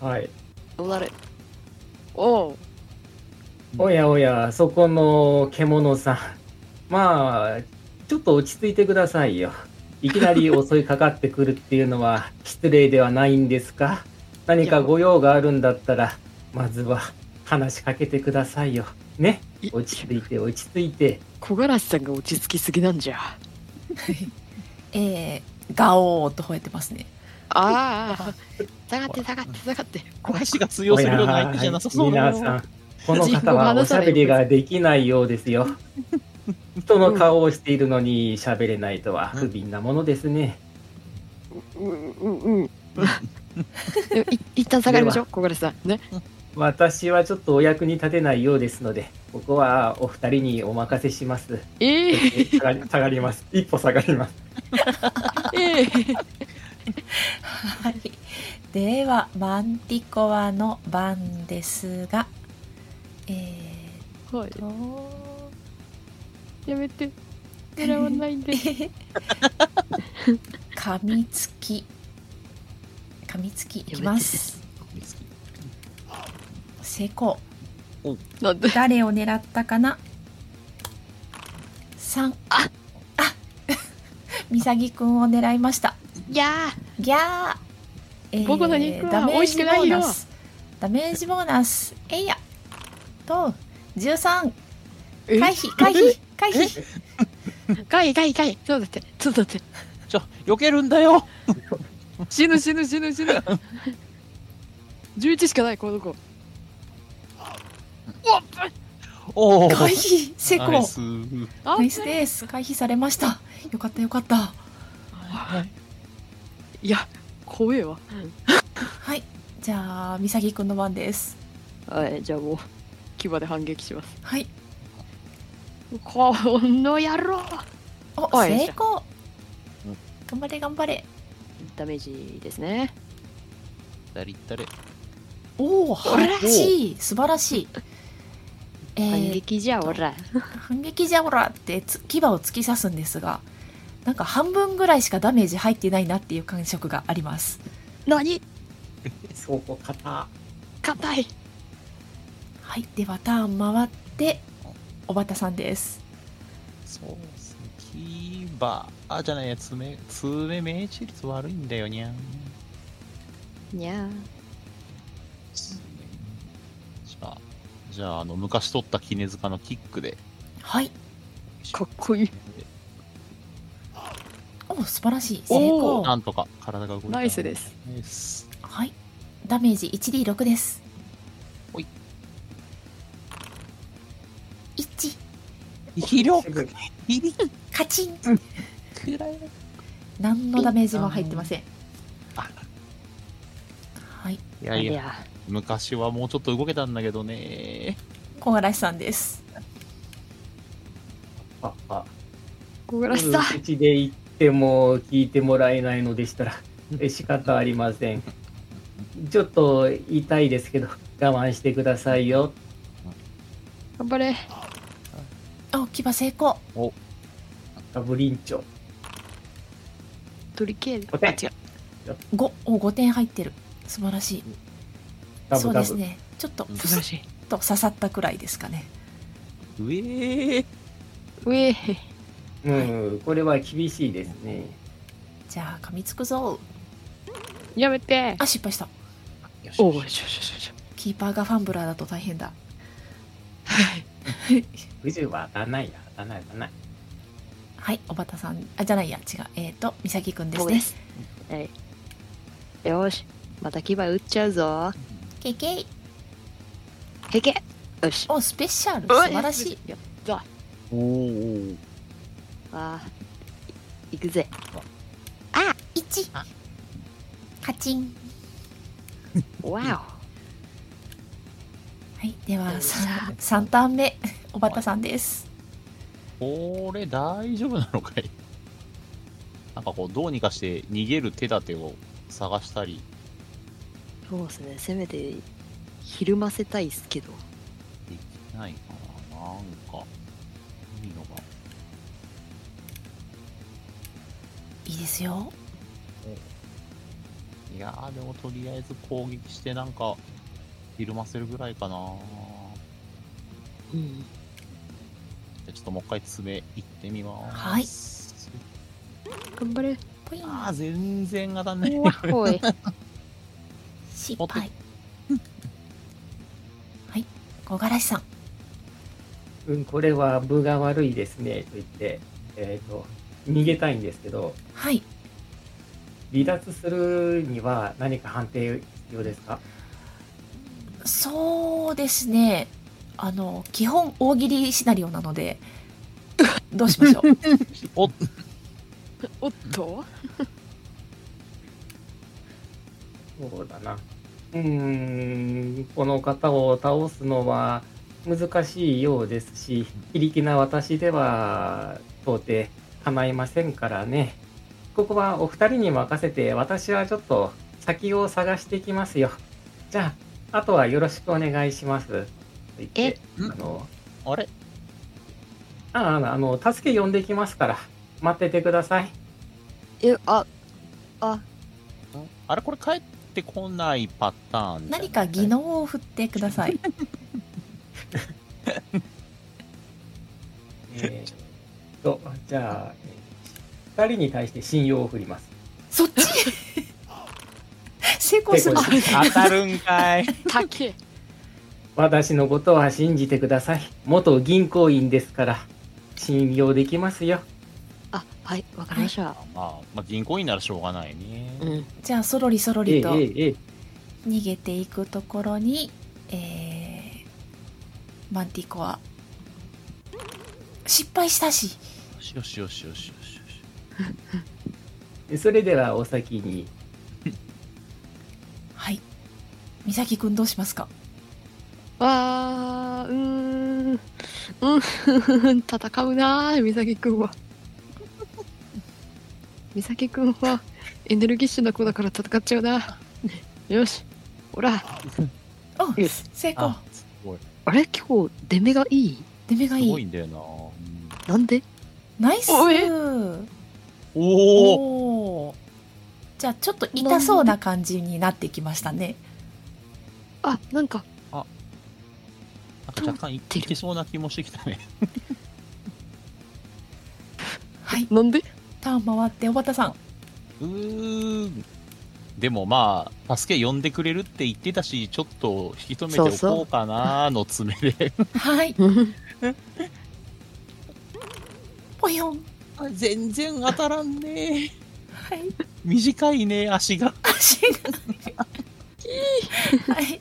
[SPEAKER 3] はい。
[SPEAKER 4] どうなるおう
[SPEAKER 3] おやおや、そこの獣さん。まあ、ちょっと落ち着いてくださいよ。いきなり襲いかかってくるっていうのは失礼ではないんですか何かご用があるんだったら、まずは話しかけてくださいよ。ね
[SPEAKER 4] い
[SPEAKER 3] 落ち着いて落ち着いて。
[SPEAKER 4] 小柄さんが落ち着きすぎなんじゃ
[SPEAKER 1] えー、ガオーと吠えてますね
[SPEAKER 4] ああ下がって下がって下がって怖い
[SPEAKER 2] 足が通用するような相手じゃなさそうだ
[SPEAKER 3] おや皆
[SPEAKER 2] よ
[SPEAKER 3] さん、この方 はおしゃべりができないようです よ。人の顔をしているのに喋れないとは不憫なものですね。
[SPEAKER 4] ううんうんうんでもい一旦下がりましょう小柄さんね
[SPEAKER 3] 私はちょっとお役に立てないようですので、ここはお二人にお任せし ます。
[SPEAKER 4] ええ
[SPEAKER 3] 下がり下がります。一歩下がります。
[SPEAKER 4] ええ
[SPEAKER 1] はい、ではマンティコアの番ですが、え
[SPEAKER 4] はい
[SPEAKER 1] ー、 と
[SPEAKER 4] やめて狙わないで
[SPEAKER 1] 噛みつき噛みつきいきます
[SPEAKER 2] 見つけ
[SPEAKER 1] 成功
[SPEAKER 4] なんで
[SPEAKER 1] 誰を狙ったかな3ああ みさぎくんを狙いました
[SPEAKER 4] いや
[SPEAKER 1] ギャー、えー
[SPEAKER 4] 僕の肉は
[SPEAKER 1] ダメージボー
[SPEAKER 4] 美
[SPEAKER 1] ナ
[SPEAKER 4] 味し
[SPEAKER 1] スダメージボーナスえいやと13
[SPEAKER 4] ー
[SPEAKER 1] 回避回避回避
[SPEAKER 4] かいかいかいちょっと待ってちょっと待って
[SPEAKER 2] ちょ、避けるんだよ
[SPEAKER 4] 死ぬ死ぬ死ぬ死ぬ11しかないこの子おっ
[SPEAKER 2] おお
[SPEAKER 1] 回避成
[SPEAKER 2] ナイ
[SPEAKER 1] 功
[SPEAKER 2] ス
[SPEAKER 4] あ
[SPEAKER 1] ナイスです回避されましたよかったよかった
[SPEAKER 4] いや怖えわ
[SPEAKER 1] はいじゃあみさぎくんの番です
[SPEAKER 5] はい、じゃあもう、
[SPEAKER 4] 牙で反撃します
[SPEAKER 1] はい
[SPEAKER 4] この野郎
[SPEAKER 1] お
[SPEAKER 4] おい
[SPEAKER 1] 成功
[SPEAKER 2] うん
[SPEAKER 1] 頑張れ頑張れ
[SPEAKER 5] ダメージですね。
[SPEAKER 2] 誰行ったれ
[SPEAKER 1] おお
[SPEAKER 4] ら
[SPEAKER 1] 8素晴らしいえ
[SPEAKER 5] 反
[SPEAKER 1] ー、
[SPEAKER 5] 撃じゃ、おら。
[SPEAKER 1] 反撃じゃおらってつ牙を突き刺すんですがなんか半分ぐらいしかダメージ入ってないなっていう感触があります
[SPEAKER 4] 何
[SPEAKER 3] そうこ肩。
[SPEAKER 4] 硬い
[SPEAKER 1] はいではターン回っておばたさんです
[SPEAKER 2] そうですね。キーバー、あ、じゃないや、爪、爪命中率悪いんだよにゃん。
[SPEAKER 5] にゃー。
[SPEAKER 2] じゃあ、じゃあ、あの、昔取った絹塚のキックで。
[SPEAKER 1] はい
[SPEAKER 4] かっこいい
[SPEAKER 1] おお素晴らしい
[SPEAKER 4] おー
[SPEAKER 1] 成功
[SPEAKER 2] なんとか体が動いた。
[SPEAKER 4] ナイスです。
[SPEAKER 2] ナイス。
[SPEAKER 1] はいダメージ 1D6 です
[SPEAKER 2] ほい
[SPEAKER 1] 1
[SPEAKER 2] 広
[SPEAKER 3] すぐ
[SPEAKER 2] く、響
[SPEAKER 1] カチン
[SPEAKER 2] くらい。
[SPEAKER 1] 何のダメージも入ってません
[SPEAKER 2] あ
[SPEAKER 1] はい
[SPEAKER 2] いやい
[SPEAKER 5] い
[SPEAKER 2] や、
[SPEAKER 5] や。
[SPEAKER 2] 昔はもうちょっと動けたんだけどね。
[SPEAKER 1] 小嵐さんです
[SPEAKER 3] ああ。
[SPEAKER 4] 小柄さん
[SPEAKER 3] 口で言っても聞いてもらえないのでし たら、え仕方ありません。ちょっと痛いですけど、我慢してくださいよ。
[SPEAKER 4] 頑張れ
[SPEAKER 1] あ牙成功
[SPEAKER 3] ガブリンチョ。
[SPEAKER 4] トリケー
[SPEAKER 3] お手
[SPEAKER 4] あ違う
[SPEAKER 1] 5お5点入ってる素晴らしい
[SPEAKER 3] ガ
[SPEAKER 1] そ
[SPEAKER 3] ブ
[SPEAKER 1] う
[SPEAKER 3] ガ
[SPEAKER 1] で
[SPEAKER 3] ブ。
[SPEAKER 1] すねちょっと
[SPEAKER 2] うん
[SPEAKER 1] プスッ
[SPEAKER 4] しい
[SPEAKER 1] と刺さったくらいですかね
[SPEAKER 2] うえー。
[SPEAKER 4] うえ
[SPEAKER 3] うん、これは厳しいですね。
[SPEAKER 1] じゃあ噛みつくぞ
[SPEAKER 4] やめて
[SPEAKER 1] あ失敗した
[SPEAKER 2] よし
[SPEAKER 4] おおしょしょしょしょ
[SPEAKER 1] キーパーがファンブラーだと大変だ
[SPEAKER 4] はい
[SPEAKER 3] 60は当たんないや、当たんない、当たんない。
[SPEAKER 1] はいおばたさんあじゃないや違うえっ、ー、とみさきくんです
[SPEAKER 5] 僕
[SPEAKER 1] ね
[SPEAKER 5] です。はい。よーし。また牙打っちゃうぞ。
[SPEAKER 1] けけい
[SPEAKER 5] へけ。よし。
[SPEAKER 1] おスペシャル素晴らしい
[SPEAKER 4] や
[SPEAKER 2] おー
[SPEAKER 5] あー。いくぜ。
[SPEAKER 1] 1
[SPEAKER 2] あ
[SPEAKER 1] カチン
[SPEAKER 5] わ
[SPEAKER 1] はいでは
[SPEAKER 5] よし
[SPEAKER 1] 3, 三ターン目おばたさんです
[SPEAKER 2] これ大丈夫なのかいなんかこう、どうにかして逃げる手立てを探したり、
[SPEAKER 5] お。そうですね。せめて、ひるませたいっすけど。
[SPEAKER 2] できないかななんか、いいのが。
[SPEAKER 1] いいですよ
[SPEAKER 2] いやー、でもとりあえず攻撃してなんか、ひるませるぐらいかな
[SPEAKER 5] うん。
[SPEAKER 2] じゃあちょっともう一回爪いってみます。
[SPEAKER 1] はい
[SPEAKER 4] 頑張れ
[SPEAKER 1] ポイン
[SPEAKER 2] あー、全然当たんない。
[SPEAKER 5] わおい。
[SPEAKER 1] 失敗はい小柄しさん
[SPEAKER 3] うん、これは分が悪いですね、と言って、えっ、と、逃げたいんですけど、
[SPEAKER 1] はい
[SPEAKER 3] 離脱するには何か判定必要ですか
[SPEAKER 1] そうですねあの基本大喜利シナリオなのでどうしましょう
[SPEAKER 2] おっ
[SPEAKER 4] おっと
[SPEAKER 3] そうだな。うーん、この方を倒すのは難しいようですし、非力な私では到底構いませんからね。ここはお二人に任せて、私はちょっと先を探してきますよ。じゃあ、あとはよろしくお願いします。と言って、
[SPEAKER 2] えん
[SPEAKER 3] あの、
[SPEAKER 2] あれ
[SPEAKER 3] あああの、助け呼んできますから、待っててください。
[SPEAKER 5] え、あ、あ、
[SPEAKER 2] あれこれ帰ってこないパターンじゃない
[SPEAKER 1] 何か技能を振ってください。
[SPEAKER 3] えーっと、じゃあ、えー二人に対して信用を振ります。
[SPEAKER 1] そっち 成功する
[SPEAKER 3] 成功
[SPEAKER 2] 当たるんかい
[SPEAKER 4] たけ
[SPEAKER 3] 私のことは信じてください。元銀行員ですから、信用できますよ。
[SPEAKER 5] あ、はい、わかりました。
[SPEAKER 2] まあ、まあ銀行員ならしょうがないね、
[SPEAKER 5] うん。
[SPEAKER 1] じゃあそろりそろ
[SPEAKER 3] ええ
[SPEAKER 1] りと
[SPEAKER 3] ええええ
[SPEAKER 1] 逃げていくところに、えーマンティコア失敗したし
[SPEAKER 2] よしよしよしよしよしよし
[SPEAKER 3] それではお先に、
[SPEAKER 1] はい美咲くんどうしますか
[SPEAKER 4] あーうーんうん 戦うなー美咲くんは美咲くんはエネルギッシュな子だから戦っちゃうなよしほら
[SPEAKER 1] お
[SPEAKER 5] よし
[SPEAKER 1] 成功
[SPEAKER 2] あすごい
[SPEAKER 5] あれ今日、出目がいい
[SPEAKER 1] 出目がい
[SPEAKER 2] すご
[SPEAKER 1] い
[SPEAKER 2] いんだよな、うん
[SPEAKER 5] なんで
[SPEAKER 1] ナイス
[SPEAKER 4] おえ
[SPEAKER 2] おお
[SPEAKER 1] おーじゃあちょっと痛そうな感じになってきましたね
[SPEAKER 4] あなんか
[SPEAKER 2] なんか若干いいけそうな気もしてきたね
[SPEAKER 1] はい
[SPEAKER 4] なん で
[SPEAKER 1] ターン回って小畑さん
[SPEAKER 2] うーんでもまあ助け呼んでくれるって言ってたしちょっと引き止めておこうかなの爪で
[SPEAKER 1] はいぽよん
[SPEAKER 2] あ 全然当たらんね
[SPEAKER 1] はい
[SPEAKER 2] 短いね足が
[SPEAKER 1] 足がはい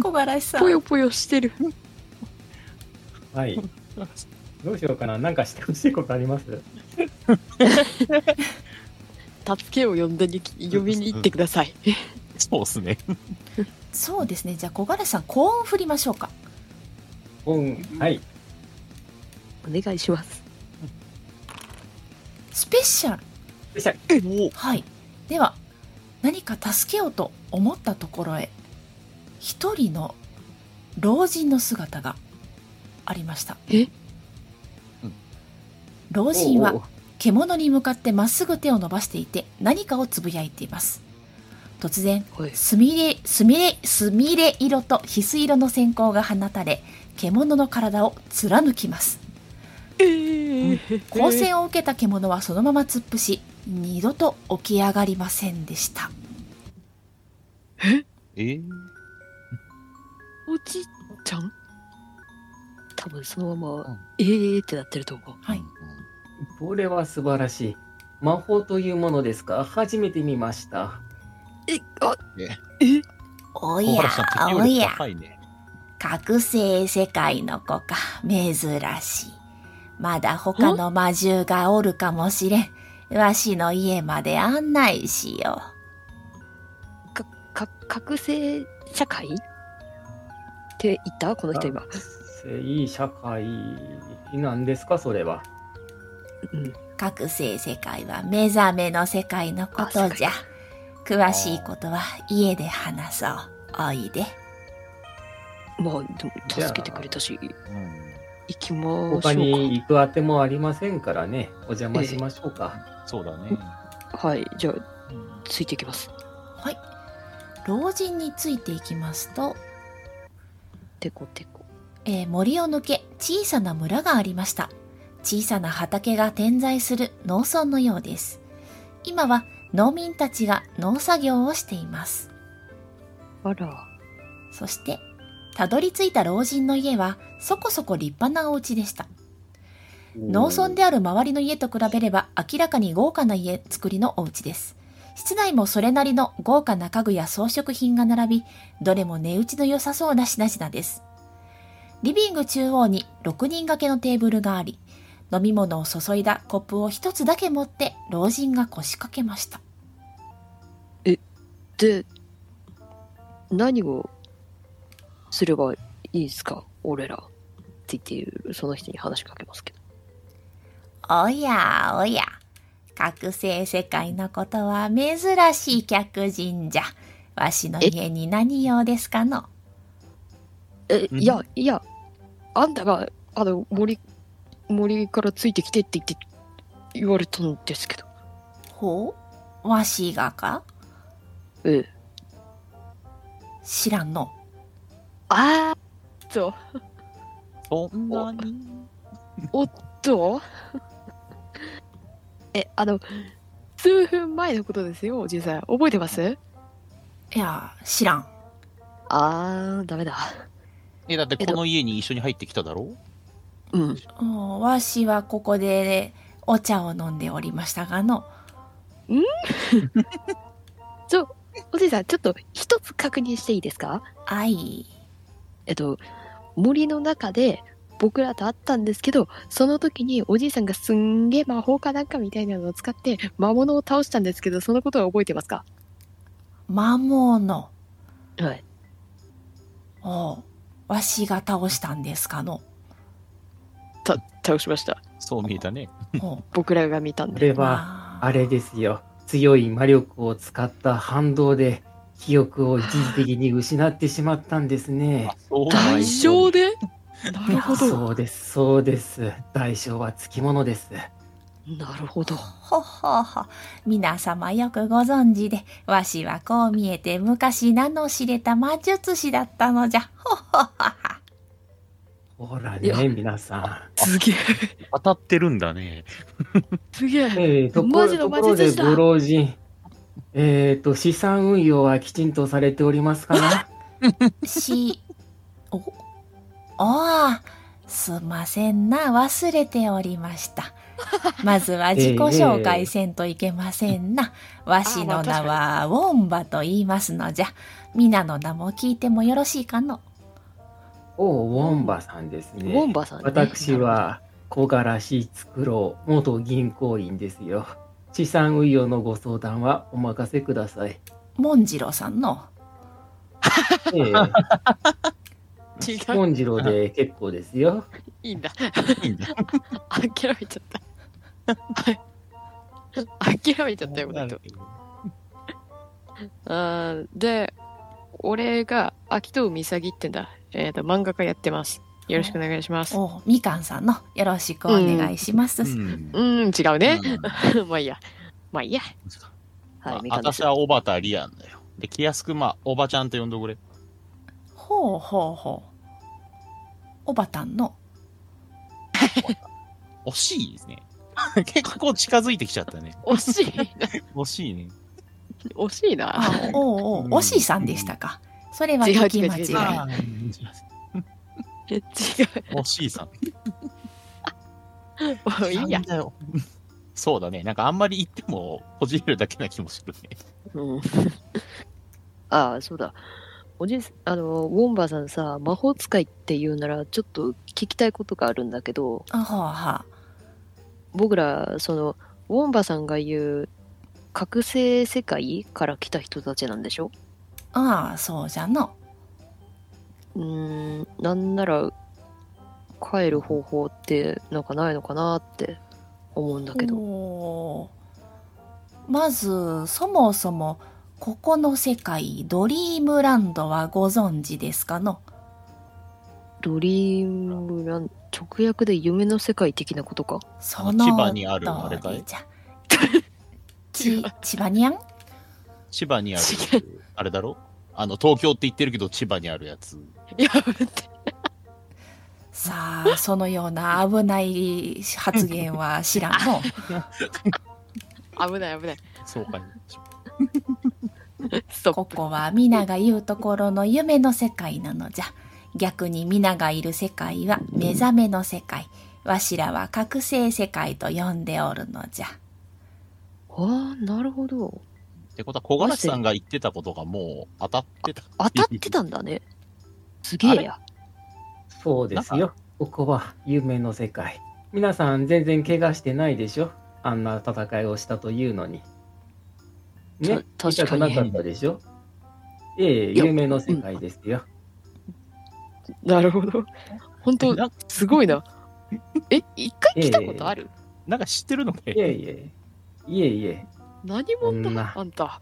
[SPEAKER 1] 小柄しさん
[SPEAKER 4] ぽよぽよしてる
[SPEAKER 3] はい、どうしようかな。なんかしてほしいことあります
[SPEAKER 4] 助けを呼んでに呼びに行ってください
[SPEAKER 2] そうっすね
[SPEAKER 1] そうですねじゃあ小柄しさん高音振りましょうか
[SPEAKER 3] うん、はい。
[SPEAKER 5] お願いします。
[SPEAKER 1] スペシャル
[SPEAKER 3] よっしゃ
[SPEAKER 2] お
[SPEAKER 1] はいでは何か助けようと思ったところへ一人の老人の姿がありました
[SPEAKER 4] え
[SPEAKER 2] うん
[SPEAKER 1] 老人は
[SPEAKER 3] おう
[SPEAKER 1] 獣に向かってまっすぐ手を伸ばしていて何かをつぶやいています突然
[SPEAKER 5] はい。
[SPEAKER 1] すみれ、すみれ、すみれ色と翡翠色の線香が放たれ、獣の体を貫きます。
[SPEAKER 4] えー、
[SPEAKER 1] 光線を受けた獣はそのまま突っ伏し、二度と起き上がりませんでした。
[SPEAKER 2] えー、
[SPEAKER 4] おじいちゃん
[SPEAKER 5] 多分そのま
[SPEAKER 2] うん
[SPEAKER 5] ま、えーってなってると思う。
[SPEAKER 1] はい。
[SPEAKER 3] おこれは素晴らしい。魔法というものですか初めて見ました。
[SPEAKER 5] え、あ、
[SPEAKER 1] お
[SPEAKER 2] 小
[SPEAKER 1] や
[SPEAKER 2] 原さん、適応
[SPEAKER 1] お
[SPEAKER 2] 力
[SPEAKER 1] や、
[SPEAKER 2] 高いね。
[SPEAKER 1] 覚醒世界の子か、珍しい。まだ他の魔獣がおるかもしれん。わしの家まで案内しよ
[SPEAKER 5] か、覚醒社会って言ったこの人今。
[SPEAKER 3] いい社会なんですかそれは。
[SPEAKER 5] うん。
[SPEAKER 1] う。覚醒世界は目覚めの世界のことじゃ
[SPEAKER 5] あ。
[SPEAKER 1] 詳しいことは家で話そう。おいで。
[SPEAKER 5] まあ、でも
[SPEAKER 3] じゃあ
[SPEAKER 5] 助けてくれたし、
[SPEAKER 2] うん。
[SPEAKER 5] 行きま
[SPEAKER 3] 他
[SPEAKER 5] しょ
[SPEAKER 3] に行くあてもありませんからね。お邪魔しましょうか。
[SPEAKER 2] そうだね。
[SPEAKER 5] うか。はい、じゃあ、ついていきます。っ
[SPEAKER 1] はい。老人についていきますと、
[SPEAKER 5] てこてこ。
[SPEAKER 1] えー森を抜け小さな村がありました。小さな畑が点在する農村のようです。今は農民たちが農作業をしています。
[SPEAKER 5] あら、
[SPEAKER 1] そして、たどり着いた老人の家はそこそこ立派なお家でした。農村である周りの家と比べれば明らかに豪華な家作りのお家です。室内もそれなりの豪華な家具や装飾品が並び、どれも値打ちの良さそうな品々です。リビング中央に6人掛けのテーブルがあり、飲み物を注いだコップを一つだけ持って老人が腰掛けました。
[SPEAKER 5] で、何をすればいいですか俺らって言ってその人に話しかけますけど
[SPEAKER 1] おやおや、覚醒世界のことは珍しい客人じゃ。わしの家に何用ですかの
[SPEAKER 5] え、
[SPEAKER 2] うん
[SPEAKER 5] いやいやあんたがあの森森からついてきてって言って言われたんですけど
[SPEAKER 1] ほうわしがか
[SPEAKER 5] ええ
[SPEAKER 1] 知らんの。
[SPEAKER 5] ああそう
[SPEAKER 2] そんなに
[SPEAKER 5] どう えあの数分前のことですよおじいさん覚えてます
[SPEAKER 1] いや、知らん。
[SPEAKER 5] あーダメだ
[SPEAKER 2] え、だってこの家に一緒に入ってきただろ
[SPEAKER 5] うん
[SPEAKER 1] もうわしはここでお茶を飲んでおりましたがの。
[SPEAKER 5] おじいさんちょっと一つ確認していいですか
[SPEAKER 1] あい。
[SPEAKER 5] えっと森の中で僕らと会ったんですけどその時におじいさんがすんげえ魔法かなんかみたいなのを使って魔物を倒したんですけどそのことは覚えてますか
[SPEAKER 1] 魔物。
[SPEAKER 5] はい
[SPEAKER 1] おうわしが倒したんですかの。
[SPEAKER 4] た倒しました
[SPEAKER 2] そう見えたね。
[SPEAKER 1] ほ
[SPEAKER 4] 僕らが見たん
[SPEAKER 3] こ
[SPEAKER 4] で
[SPEAKER 3] れ
[SPEAKER 1] う
[SPEAKER 3] は、
[SPEAKER 1] ま
[SPEAKER 3] あれですよ。強い魔力を使った反動で、記憶を一時的に失ってしまったんですね
[SPEAKER 2] あ。そう
[SPEAKER 4] 代償でなるほど
[SPEAKER 3] そうです、そうです。代償はつきものです。
[SPEAKER 5] なるほど
[SPEAKER 1] ほほほ。皆様よくご存知で、わしはこう見えて昔名の知れた魔術師だったのじゃ。ほほほ
[SPEAKER 3] ほら
[SPEAKER 5] いや
[SPEAKER 3] ね、皆さ
[SPEAKER 4] すげえ
[SPEAKER 2] 当たってるんだ ね。
[SPEAKER 4] すげ
[SPEAKER 3] ん。
[SPEAKER 4] え
[SPEAKER 3] えー、とこ
[SPEAKER 5] マ
[SPEAKER 3] ろ
[SPEAKER 5] ジの
[SPEAKER 3] と
[SPEAKER 5] マ
[SPEAKER 3] こ
[SPEAKER 5] ジ
[SPEAKER 3] ろ
[SPEAKER 5] で
[SPEAKER 3] で
[SPEAKER 5] した
[SPEAKER 3] ご老人、えっ、と、資産運用はきちんとされておりますかな
[SPEAKER 1] し、おああ、すんませんな、忘れておりました。まずは自己紹介せんといけませんな。わしの名はウォンバと言いますのじゃ。皆の名も聞いてもよろしいかの。
[SPEAKER 3] おう、ウォンバさんです
[SPEAKER 5] ウ
[SPEAKER 3] ね。
[SPEAKER 5] ォンバさん、ね、
[SPEAKER 3] 私は小柄しつくろう元銀行員ですよ資産運用のご相談はお任せください、
[SPEAKER 1] モンジロさんの。
[SPEAKER 3] ええ、
[SPEAKER 4] 違う
[SPEAKER 3] 本次郎で結構ですよ
[SPEAKER 4] いいんだ
[SPEAKER 2] いいね
[SPEAKER 4] 諦めちゃった。諦めちゃったよ、本当。あーで、俺が秋藤美咲ってんだ。えっ、と、漫画家やってます。よろしくお願いします。
[SPEAKER 1] おみかんさんの。よろしくお願いします。
[SPEAKER 2] うん
[SPEAKER 4] う。ん、違うね。
[SPEAKER 2] うん
[SPEAKER 4] まあいいや。まあいいや。
[SPEAKER 5] はいみ
[SPEAKER 2] まあ
[SPEAKER 5] かんで
[SPEAKER 2] 私
[SPEAKER 5] す
[SPEAKER 2] はおばたりやんだよ。で、気安く、まあ、おばちゃんと呼んどくれ。
[SPEAKER 1] ほうほうほう。おばたんの。
[SPEAKER 2] 惜しいですね。 結構近づいてきちゃったね。
[SPEAKER 4] 惜しいな。
[SPEAKER 2] 惜しいね。
[SPEAKER 4] 惜し いな。
[SPEAKER 1] あおうおう、おしいさんでしたか。それは
[SPEAKER 4] 違う
[SPEAKER 1] 聞き間
[SPEAKER 4] 違う
[SPEAKER 1] 違い
[SPEAKER 4] は。違う。
[SPEAKER 2] 惜しいさん。
[SPEAKER 4] もういいや。
[SPEAKER 2] だよ。そうだね。なんかあんまり言っても、こじれるだけな気もするね。
[SPEAKER 5] うん、ああそうだおじいさんあのウォンバさんさ魔法使いって言うならちょっと聞きたいことがあるんだけど
[SPEAKER 1] あはあはあ。
[SPEAKER 5] 僕らそのウォンバさんが言う覚醒世界から来た人たちなんでしょ
[SPEAKER 1] ああ、そうじゃの。
[SPEAKER 5] うーんなんなら帰る方法ってなんかないのかなって思うんだけど
[SPEAKER 1] おーまず、そもそも、ここの世界、ドリームランドはご存知ですかの
[SPEAKER 5] ドリームラン直訳で夢の世界的なことか
[SPEAKER 1] その
[SPEAKER 2] 千葉にあるあれかい
[SPEAKER 1] 通りじゃ。ち、千葉にゃん
[SPEAKER 2] 千葉にある、あれだろあの、東京って言ってるけど、千葉にあるやつ。
[SPEAKER 4] やめて。
[SPEAKER 1] さあ、そのような危ない発言は知 らんの。
[SPEAKER 4] 危ない危ない。
[SPEAKER 2] そうかい。
[SPEAKER 4] ストッ
[SPEAKER 1] こ
[SPEAKER 4] プ。
[SPEAKER 1] こは皆が言うところの夢の世界なのじゃ。逆に皆がいる世界は目覚めの世界。わしらは覚醒世界と呼んでおるのじゃ。
[SPEAKER 5] ああなるほど
[SPEAKER 2] ってことは、小柄さんが言ってたことがもう当たってた。
[SPEAKER 5] 当たってたんだねすげえや
[SPEAKER 3] そうですよここは夢の世界皆さん全然怪我してないでしょあんな戦いをしたというのにね
[SPEAKER 5] た確
[SPEAKER 3] 痛
[SPEAKER 5] かに
[SPEAKER 3] くなかったでしょええ、
[SPEAKER 5] いや
[SPEAKER 3] 夢の世界ですよ。
[SPEAKER 4] なるほど。本当
[SPEAKER 2] な
[SPEAKER 4] すごいな。え、一回来たことある、
[SPEAKER 2] なんか知ってるのかい
[SPEAKER 3] いえいえ、いえいえ、
[SPEAKER 4] 何者
[SPEAKER 3] そん
[SPEAKER 4] だ
[SPEAKER 3] な
[SPEAKER 4] あんた。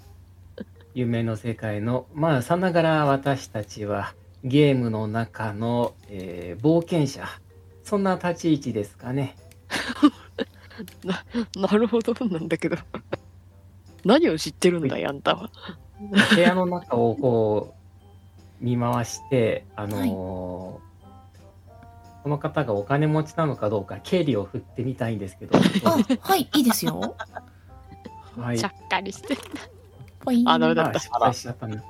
[SPEAKER 3] 夢の世界の、まあ、さながら私たちはゲームの中の、えー冒険者、そんな立ち位置ですかね。
[SPEAKER 4] なるほどなんだけど。 何を知ってるんだい、あんたは。
[SPEAKER 3] 部屋の中をこう見回して、あのーこの方がお金持ちなのかどうか、経理を振ってみたいんですけど、
[SPEAKER 1] あ、はい、いいですよ。
[SPEAKER 3] はい
[SPEAKER 4] ちゃ、っかりして。
[SPEAKER 1] ポイン
[SPEAKER 4] あダメだ
[SPEAKER 3] あ失敗しちゃったな。う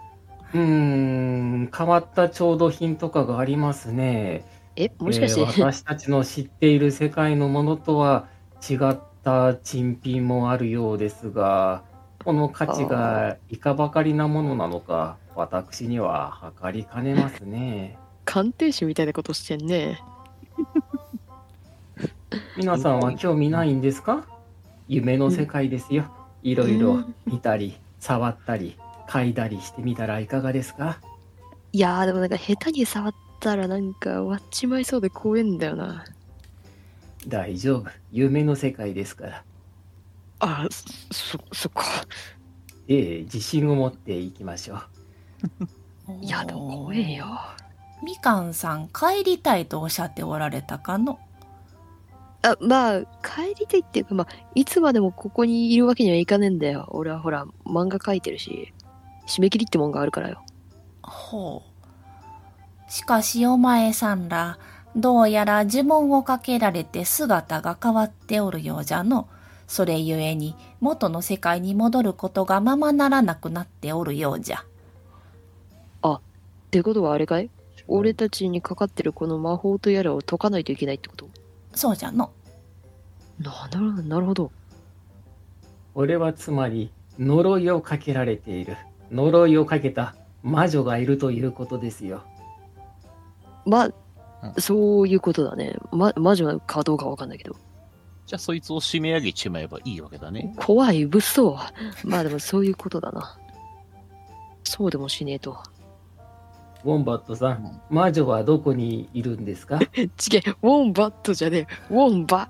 [SPEAKER 3] ーん、変わった調度品とかがありますね。
[SPEAKER 5] え、もしかして、
[SPEAKER 3] えー私たちの知っている世界のものとは違った珍品もあるようですがこの価値がいかばかりなものなのか私には測りかねますね
[SPEAKER 4] 鑑定士みたいなことしてんね。
[SPEAKER 3] 皆さんは興味ないんですか夢の世界ですよいろいろ見たり触ったり嗅いだりしてみたらいかがですか
[SPEAKER 5] いやーでもなんか下手に触ったらなんか割っちまいそうで怖えんだよな。
[SPEAKER 3] 大丈夫夢の世界ですから
[SPEAKER 4] あ、そ、そっか。
[SPEAKER 3] ええ自信を持っていきましょう
[SPEAKER 1] ト
[SPEAKER 5] いやでも怖えよ。。
[SPEAKER 1] みかんさん、帰りたいとおっしゃっておられたかの。
[SPEAKER 5] あ、まあ帰りたいっていうかまあいつまでもここにいるわけにはいかねえんだよ。俺はほら漫画描いてるし、締め切りってもんがあるからよ。
[SPEAKER 1] ほう。しかしお前さんら、どうやら呪文をかけられて姿が変わっておるようじゃの。それゆえに元の世界に戻ることがままならなくなっておるようじゃ。
[SPEAKER 5] ってことはあれかい俺たちにかかってるこの魔法とやらを解かないといけないってこと
[SPEAKER 1] そうじゃの。
[SPEAKER 5] ななるほど、なるほど。
[SPEAKER 3] 俺はつまり呪いをかけられている呪いをかけた魔女がいるということですよ
[SPEAKER 5] まあ、そういうことだね。ま、魔女かどうかわかんないけど。
[SPEAKER 2] じゃあそいつを締め上げちまえばいいわけだね。
[SPEAKER 5] 怖い、物騒。まあでもそういうことだな。そうでもしねえと。
[SPEAKER 3] ウォンバットさん魔女はどこにいるんですか
[SPEAKER 4] 違げウォンバットじゃねえ。ウォンバ。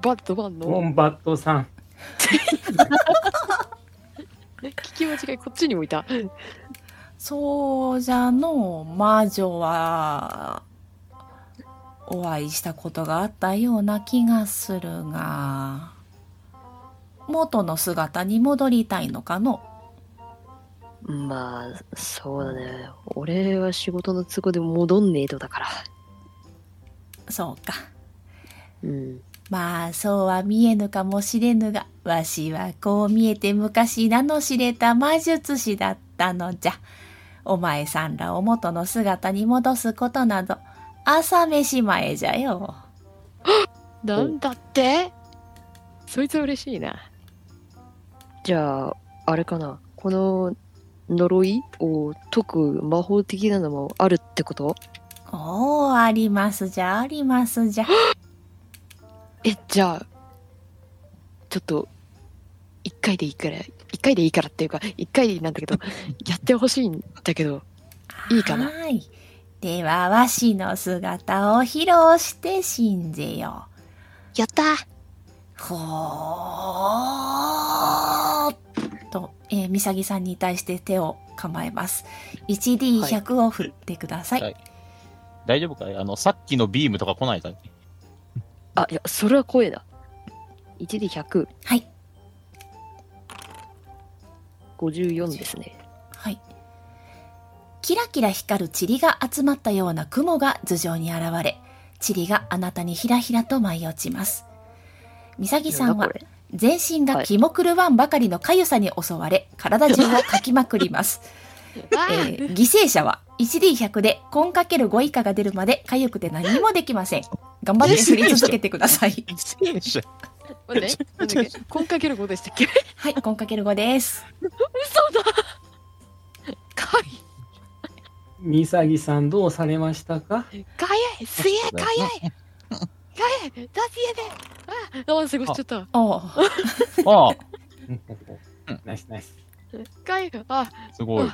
[SPEAKER 4] バットマン
[SPEAKER 3] ウ
[SPEAKER 4] の。
[SPEAKER 3] ォンバットさん
[SPEAKER 4] 聞き間違い、こっちにもいた。
[SPEAKER 1] そうじゃの魔女は、お会いしたことがあったような気がするが、元の姿に戻りたいのかの。
[SPEAKER 5] まあ、そうだね。俺は仕事の都合で戻んねえとだから。
[SPEAKER 1] そうか。
[SPEAKER 5] うん。
[SPEAKER 1] まあそうは見えぬかもしれぬが、わしはこう見えて昔名の知れた魔術師だったのじゃ。お前さんらを元の姿に戻すことなど、朝飯前じゃよ。
[SPEAKER 4] なんだってそいつ嬉しいな。
[SPEAKER 5] じゃあ、あれかな。この呪いを解く魔法的なのもあるってこと
[SPEAKER 1] おお、ありますじゃ、ありますじゃ。
[SPEAKER 4] え、じゃあ、ちょっと、一回でいいから、一回でいいからっていうか、一回なんだけど、やってほしいんだけど、いいかな
[SPEAKER 1] はーい。では、わしの姿を披露してしんぜよ。
[SPEAKER 5] やったー
[SPEAKER 1] ほーっと、えー、みさぎさんに対して手を構えます。1D100 を振ってください。
[SPEAKER 2] はい大丈夫かいあの、さっきのビームとか来ないかい
[SPEAKER 5] あ、いや、それは声だ。1で100、
[SPEAKER 1] はい。
[SPEAKER 5] 54ですね。
[SPEAKER 1] はい。キラキラ光る塵が集まったような雲が頭上に現れ、塵があなたにひらひらと舞い落ちます。みさぎさん
[SPEAKER 5] なん
[SPEAKER 1] は
[SPEAKER 5] だこれ
[SPEAKER 1] 全身がキモクルワンばかりのかゆさに襲われ、体中をかきまくり ます。えー犠牲者は 1D100 で根かける5以下が出るまでかゆくて何もできません。頑張って振り続けてください。
[SPEAKER 2] 犠牲者
[SPEAKER 4] 待って、なんだっけ、コンかける5でしたっけ
[SPEAKER 1] はい、根かける5です。
[SPEAKER 4] 嘘だか
[SPEAKER 3] みさぎさんどうされましたか
[SPEAKER 4] い、かやい、すげえかやい、かやい、だすげえで、あ、あ、すごい、ちょっと、
[SPEAKER 1] おう
[SPEAKER 2] ああ、
[SPEAKER 3] ナイスナイス
[SPEAKER 4] 一回、あ、
[SPEAKER 2] すごい。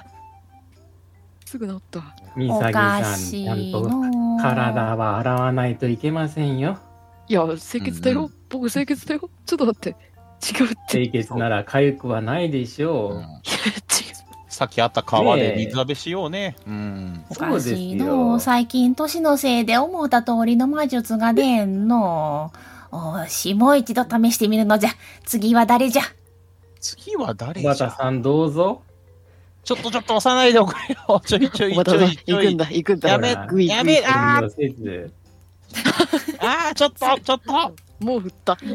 [SPEAKER 4] すぐ治った。
[SPEAKER 3] み
[SPEAKER 1] お
[SPEAKER 3] さぎさ
[SPEAKER 1] か
[SPEAKER 3] ん、
[SPEAKER 1] しい
[SPEAKER 3] ちゃんと
[SPEAKER 1] のう
[SPEAKER 3] 体は洗わないといけませんよ。
[SPEAKER 4] いや、清潔だ
[SPEAKER 2] うんう
[SPEAKER 4] よ。僕清潔だよ。ちょっと待って。違うって。違
[SPEAKER 3] 清
[SPEAKER 4] う。
[SPEAKER 3] 潔なら痒くはないでしょう。
[SPEAKER 2] うんさっきあった川で水浴びしようね。うん。
[SPEAKER 1] おかしい
[SPEAKER 3] そう
[SPEAKER 1] の
[SPEAKER 3] ですよ
[SPEAKER 1] 最近年のせいで思うた通りの魔術が出んのおしもう一度試してみるのじゃ次は誰じゃ
[SPEAKER 2] 次は誰
[SPEAKER 3] 小
[SPEAKER 2] じゃ
[SPEAKER 3] 畑さんどうぞ。
[SPEAKER 2] ちょっとちょっと押さないでおくれよ。ちょいちょい
[SPEAKER 4] お
[SPEAKER 2] ちょ
[SPEAKER 4] ばたさん、
[SPEAKER 2] いち
[SPEAKER 4] 行
[SPEAKER 2] ょ
[SPEAKER 4] くん
[SPEAKER 2] い。
[SPEAKER 4] だ、行くん
[SPEAKER 2] や
[SPEAKER 4] だ。
[SPEAKER 2] め
[SPEAKER 3] ほら
[SPEAKER 4] グイグイ
[SPEAKER 2] やめあ
[SPEAKER 3] 遠慮せず
[SPEAKER 2] ーあーちょっ とちょっと
[SPEAKER 4] もう振った。
[SPEAKER 1] え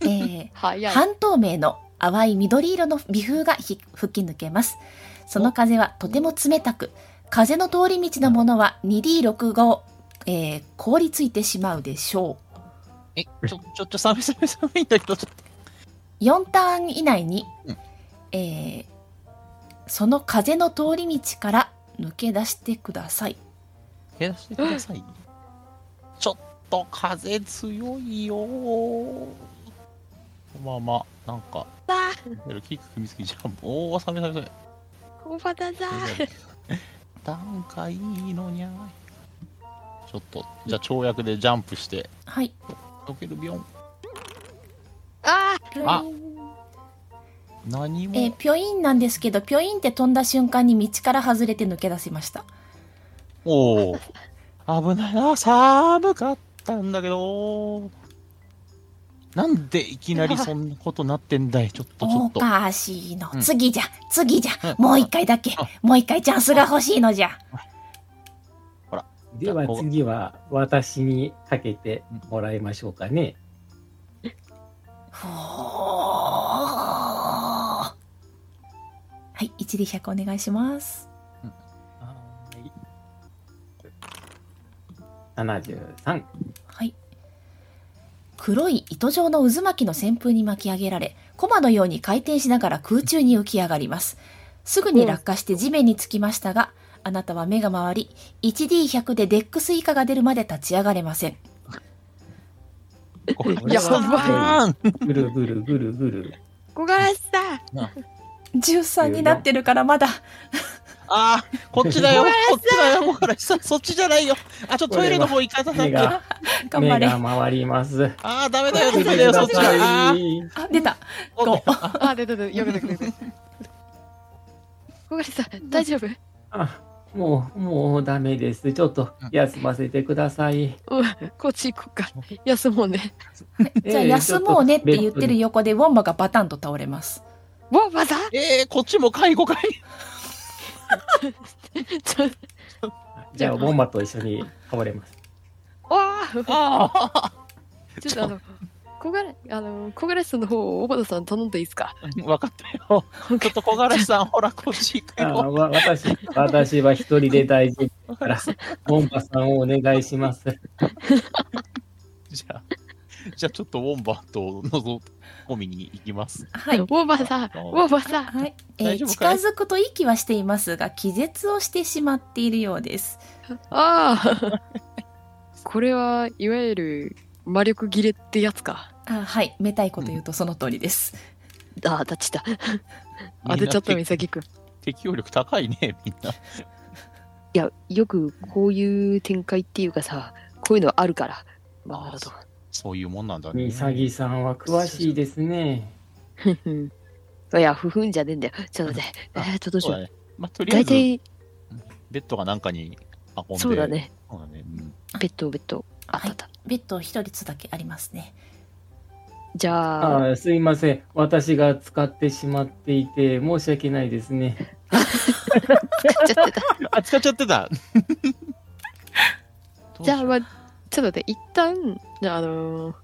[SPEAKER 1] ー
[SPEAKER 4] 早い。
[SPEAKER 1] 半透明の淡い緑色の微風がひ吹き抜けます。その風はとても冷たく、風の通り道のものは 2D65、えー凍りついてしまうでしょう。
[SPEAKER 2] えちょちょっと寒い寒い寒いんだけどちょっと
[SPEAKER 1] 4ターン以内に
[SPEAKER 2] うん、
[SPEAKER 1] えーその風の通り道から抜け出してください。
[SPEAKER 2] 減らしてくださ い。ちょっと風強いよー。まあまあなんか。キ ック踏みすぎじゃん。おお寒い寒い寒い。
[SPEAKER 4] おばたさん。
[SPEAKER 2] 段階いいのにゃちょっとじゃあ跳躍でジャンプして
[SPEAKER 1] はい。
[SPEAKER 2] 溶けるビョン
[SPEAKER 4] あ
[SPEAKER 2] あ何も、
[SPEAKER 1] えーピョインなんですけど、ピョインって飛んだ瞬間に道から外れて抜け出しました。
[SPEAKER 2] おお危ないな寒かったんだけどなんでいきなりそんなことなってんだいちょっとちょ
[SPEAKER 1] お
[SPEAKER 2] っと
[SPEAKER 1] かしいの
[SPEAKER 2] う。ん
[SPEAKER 1] 次じゃ、次じゃ
[SPEAKER 2] うん、
[SPEAKER 1] もう一回だけ
[SPEAKER 2] あ、
[SPEAKER 1] もう一回チャンスが欲しいのじゃ。
[SPEAKER 3] では次は私にかけてもらいましょうかね。
[SPEAKER 1] ほーはい、1 d 100お願いします。
[SPEAKER 3] 73。
[SPEAKER 1] はい。黒い糸状の渦巻きの旋風に巻き上げられ、コマのように回転しながら空中に浮き上がります。すぐに落下して地面につきましたが、あなたは目が回り、1D100 でデックス以下が出るまで立ち上がれません。
[SPEAKER 2] これ
[SPEAKER 4] や
[SPEAKER 3] ば
[SPEAKER 2] ばい
[SPEAKER 3] ぐるぐるぐるぐる。
[SPEAKER 4] 小柄さん。
[SPEAKER 1] 13になってるからまだ。
[SPEAKER 2] あーこっちだよ
[SPEAKER 4] ごめんなさい
[SPEAKER 2] こっちだよもうあれさそっちじゃないよあちょっとトイレの方行かなきゃ
[SPEAKER 3] 目が、
[SPEAKER 1] 頑張
[SPEAKER 3] 目
[SPEAKER 1] れ。
[SPEAKER 3] が
[SPEAKER 1] あ、
[SPEAKER 3] 回り ます。
[SPEAKER 2] ああダメだよ
[SPEAKER 3] 見
[SPEAKER 2] ト
[SPEAKER 3] て
[SPEAKER 2] イレだよ
[SPEAKER 3] く
[SPEAKER 2] そ
[SPEAKER 3] だ
[SPEAKER 2] っちだ
[SPEAKER 3] さ
[SPEAKER 2] あ
[SPEAKER 3] い。
[SPEAKER 1] 出た。
[SPEAKER 2] ー
[SPEAKER 4] あ、出た出た。よかったよかったよかった。小柄さん、大丈夫
[SPEAKER 3] あ、もう、もうダメです。ちょっと休ませてください。
[SPEAKER 4] うん、こっち行こうか。休もうね。
[SPEAKER 1] じゃあ
[SPEAKER 3] ええ
[SPEAKER 1] 休もうねって言ってる。
[SPEAKER 3] ちょ
[SPEAKER 1] 横でウォンバがバタンと倒れます。
[SPEAKER 4] わ、また
[SPEAKER 2] えー、こっちも介護介
[SPEAKER 4] ちょ、
[SPEAKER 3] っとじゃあ、ボンバと一緒に倒れ ます。
[SPEAKER 4] わあ
[SPEAKER 2] 護ああ
[SPEAKER 4] ちょっとあの、小柄、あの、小柄さんの方を小畑さん頼んでいいですか
[SPEAKER 2] 分かったよ。ちょっと小柄さん、ほら、こっち行く
[SPEAKER 3] あ
[SPEAKER 2] よ。
[SPEAKER 3] わ私、私は一人で大 丈夫だから、ボンバさんをお願いします。
[SPEAKER 2] じゃあ、じゃあちょっとウォンバットを覗込みに行きます。
[SPEAKER 1] はい
[SPEAKER 4] ウ。ォーバーさん、ウォーバーさん。
[SPEAKER 1] はい、えー
[SPEAKER 2] 大丈夫
[SPEAKER 1] 近
[SPEAKER 2] かい
[SPEAKER 1] づくと息はしていますが気絶をしてしまっているようです
[SPEAKER 4] ああ。これは、いわゆる、魔力切れってやつか。
[SPEAKER 1] あはいめたいこと言うとその通りです、
[SPEAKER 5] あ、立ちた。い
[SPEAKER 4] 当てちゃった、
[SPEAKER 2] みん
[SPEAKER 4] み
[SPEAKER 2] な
[SPEAKER 4] さ
[SPEAKER 2] て
[SPEAKER 4] きくん。
[SPEAKER 2] 適応力高いね、みんな。
[SPEAKER 5] や、よくこういう展開っていうかさ、こういうのあるから。まあ、なるほ
[SPEAKER 2] そういうもんなんだね。
[SPEAKER 3] みさぎさんは詳しいですね。
[SPEAKER 5] ど。ふん ふんいや、ふふんじゃねえんだよ。ちょっと待って。えーっと、どうし
[SPEAKER 2] そう
[SPEAKER 5] よ
[SPEAKER 2] だ
[SPEAKER 5] う。
[SPEAKER 2] ね。まあ、とりあえ
[SPEAKER 5] 大
[SPEAKER 2] ず、
[SPEAKER 5] 体、
[SPEAKER 2] ベッドがなんかに運んで。
[SPEAKER 5] そうだ。ね。
[SPEAKER 2] そうだね。うん
[SPEAKER 5] ベッド、ベッド。あったあった。
[SPEAKER 1] ベッド一人つだけありますね
[SPEAKER 5] じゃあ、
[SPEAKER 3] あすいません。私が使ってしまっていて、申し訳ないですね。
[SPEAKER 5] 使っちゃってた。
[SPEAKER 2] あ、使っちゃってた。
[SPEAKER 4] じゃあ、まあ、ちょっと待って、一旦、じゃあ、あのー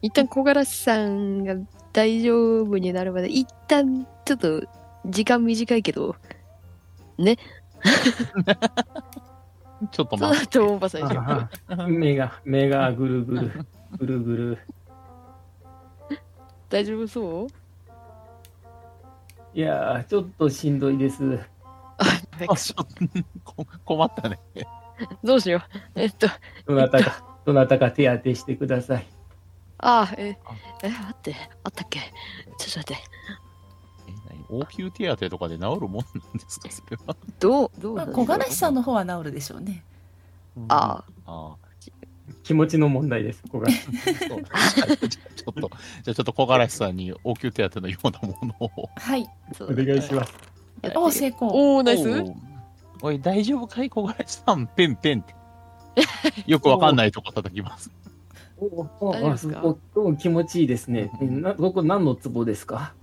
[SPEAKER 4] 一旦小柄さんが大丈夫になるまで、一旦、
[SPEAKER 5] ちょっと、時間短いけど、
[SPEAKER 2] ちょっと
[SPEAKER 4] そうだ
[SPEAKER 2] 待っ。
[SPEAKER 4] ってて、おばさんにしよう
[SPEAKER 3] ああ目が、目がぐるぐる、ぐるぐる。
[SPEAKER 4] 大丈夫そう
[SPEAKER 3] いやー、ちょっとしんどいです。
[SPEAKER 2] あ、ちょっと こ困ったね。
[SPEAKER 4] どうしよう。えっと、
[SPEAKER 3] どなたか、どなたか手当てしてください。
[SPEAKER 4] ああ、え、
[SPEAKER 5] え、待って、あったっけちょっと待って。
[SPEAKER 2] え何応急手当とかで治るもんなんですか、それは。
[SPEAKER 5] どう、どう
[SPEAKER 1] ま
[SPEAKER 5] な
[SPEAKER 1] あ、
[SPEAKER 5] んでしょ
[SPEAKER 1] 小
[SPEAKER 5] う
[SPEAKER 1] 金井さんの方は治るでしょうね。
[SPEAKER 5] あ
[SPEAKER 2] あ
[SPEAKER 3] 気持ちの問題です、ここが。
[SPEAKER 2] あ、そうちょっと、じゃあちょっと小柄しさんに応急手当のようなものを。
[SPEAKER 1] はい。
[SPEAKER 5] あ、そ
[SPEAKER 3] お
[SPEAKER 5] うだ
[SPEAKER 3] 願いします。
[SPEAKER 5] や
[SPEAKER 1] お
[SPEAKER 5] っ
[SPEAKER 1] お、
[SPEAKER 5] てる
[SPEAKER 1] 成功。
[SPEAKER 4] おお、ナイス。
[SPEAKER 2] おうおい、大丈夫かい小柄しさん、ペンペンって。よくわかんないとこ叩きます。
[SPEAKER 3] おお
[SPEAKER 4] 大丈夫ですか
[SPEAKER 3] おおお気持ちいいですね。なここ何のツボですか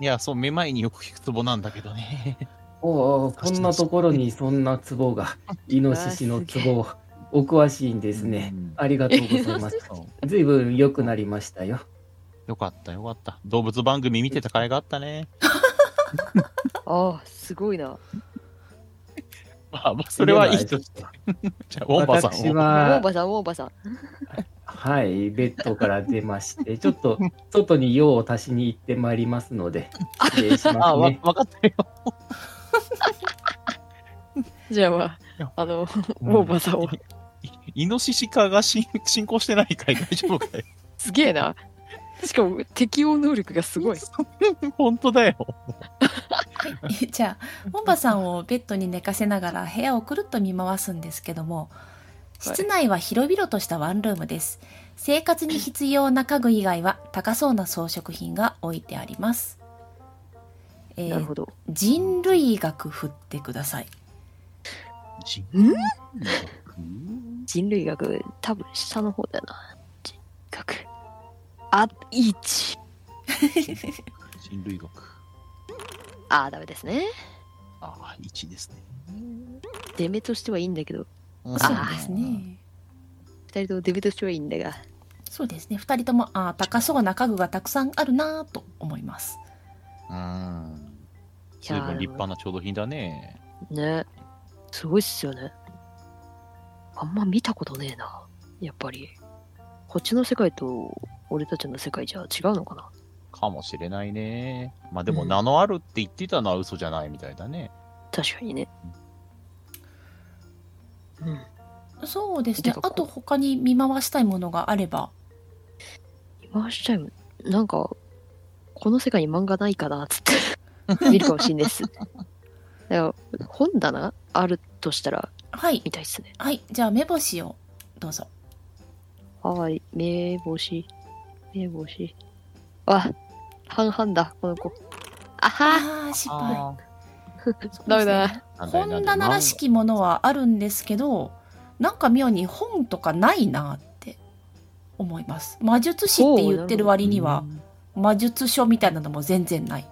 [SPEAKER 2] いや、そう、めまいによく聞くツボなんだけどね。
[SPEAKER 3] おおこんなところにそんなツボ が、イノシシのツボ、お詳しいんですね
[SPEAKER 2] うん。
[SPEAKER 3] ありがとうござい ます。
[SPEAKER 2] そう
[SPEAKER 3] ずいぶん良くなりましたよ。
[SPEAKER 2] よかった、よかった。動物番組見てた甲斐があったね。
[SPEAKER 5] ああ、すごいな。
[SPEAKER 2] まあまあ、それはいいとして。じゃあ、ウォンパさ
[SPEAKER 3] 私
[SPEAKER 2] んを。
[SPEAKER 5] ウォー
[SPEAKER 3] は、
[SPEAKER 5] バさん、ウォーバさん。
[SPEAKER 3] はい、ベッドから出まして、ちょっと外に用を足しに行ってまいりますので、失礼しま
[SPEAKER 2] あ、
[SPEAKER 3] す
[SPEAKER 2] わ、
[SPEAKER 3] ね。
[SPEAKER 2] わかったよ。
[SPEAKER 4] じゃあ、まあ、あの、ウォーバーさんを。
[SPEAKER 2] イノシシ化が進進行してないかい大丈夫かい
[SPEAKER 4] すげえな。しかも、適応能力がすごい。
[SPEAKER 2] 本当だよ。
[SPEAKER 1] じゃあ、モンバさんをベッドに寝かせながら部屋をくるっと見回すんですけども、室内は広々としたワンルームです。生活に必要な家具以外は高そうな装飾品が置いてあります。え
[SPEAKER 5] なるほ
[SPEAKER 1] ー、
[SPEAKER 5] ど。
[SPEAKER 1] 人類学振ってください。
[SPEAKER 5] 人類学、多分下の方だよな。人類学。あ、1。
[SPEAKER 2] 人類学。
[SPEAKER 5] ああ、ダメですね。
[SPEAKER 2] ああ、1ですね。
[SPEAKER 5] 出目としてはいいんだけど、
[SPEAKER 1] そう
[SPEAKER 5] あ
[SPEAKER 1] です。ね。
[SPEAKER 5] 二人とも出目としてはいいんだが、
[SPEAKER 1] そうですね。二人とも、ああ、高そうな家具がたくさんあるなぁと思います。
[SPEAKER 2] うん。
[SPEAKER 5] い
[SPEAKER 2] 随
[SPEAKER 5] やー
[SPEAKER 2] 分立派な調度品だね。
[SPEAKER 5] ね。すごいっすよね。あんま見たことねえな。やっぱり。こっちの世界と俺たちの世界じゃ違うのかな。
[SPEAKER 2] かもしれないね。まあでも、
[SPEAKER 5] うん
[SPEAKER 2] 名のあるって言ってたのは嘘じゃないみたいだね。
[SPEAKER 5] 確かにね。うん。
[SPEAKER 1] そうです
[SPEAKER 5] て
[SPEAKER 1] ね
[SPEAKER 5] か。
[SPEAKER 1] あと他に見回したいものがあれば。
[SPEAKER 5] 今しちゃう。なんか、この世界に漫画ないかなっつ って、見るかもしんないっす。だから本棚あるとしたら、
[SPEAKER 1] はい。
[SPEAKER 5] 見たいっすね。
[SPEAKER 1] はい。じゃあ、目星をどうぞ。
[SPEAKER 5] はーい。目星。目星。あ、半々だ、この子。あは
[SPEAKER 1] ああ、失敗。
[SPEAKER 4] ダメだ。
[SPEAKER 2] なんだよ
[SPEAKER 1] 本棚らし。きものはあるんですけど、なんか妙に本とかないなって思います。魔術師って言ってる割には、魔術書みたいなのも全然ない。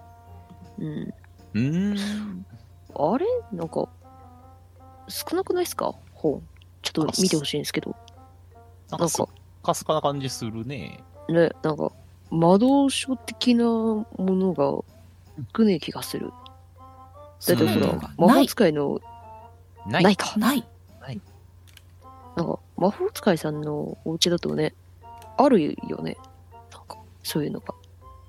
[SPEAKER 5] うん。
[SPEAKER 2] うん。
[SPEAKER 5] あれなんか、少なくないっすか本。ちょっと見てほしいんですけど。
[SPEAKER 2] なん
[SPEAKER 5] な
[SPEAKER 2] か
[SPEAKER 5] ん
[SPEAKER 2] すっ
[SPEAKER 5] か、
[SPEAKER 2] かすかな感じするね。
[SPEAKER 5] ね、なんか、魔導書的なものが少ねえ気がする。だってほ
[SPEAKER 2] そう
[SPEAKER 5] ら
[SPEAKER 2] なん
[SPEAKER 1] だ、
[SPEAKER 5] 魔
[SPEAKER 1] な
[SPEAKER 5] 法
[SPEAKER 1] い
[SPEAKER 5] 使いの、
[SPEAKER 2] な
[SPEAKER 5] ないか。
[SPEAKER 1] ない。
[SPEAKER 5] なんか、魔法使いさんのお家だとね、あるよね。なんか、そういうのが。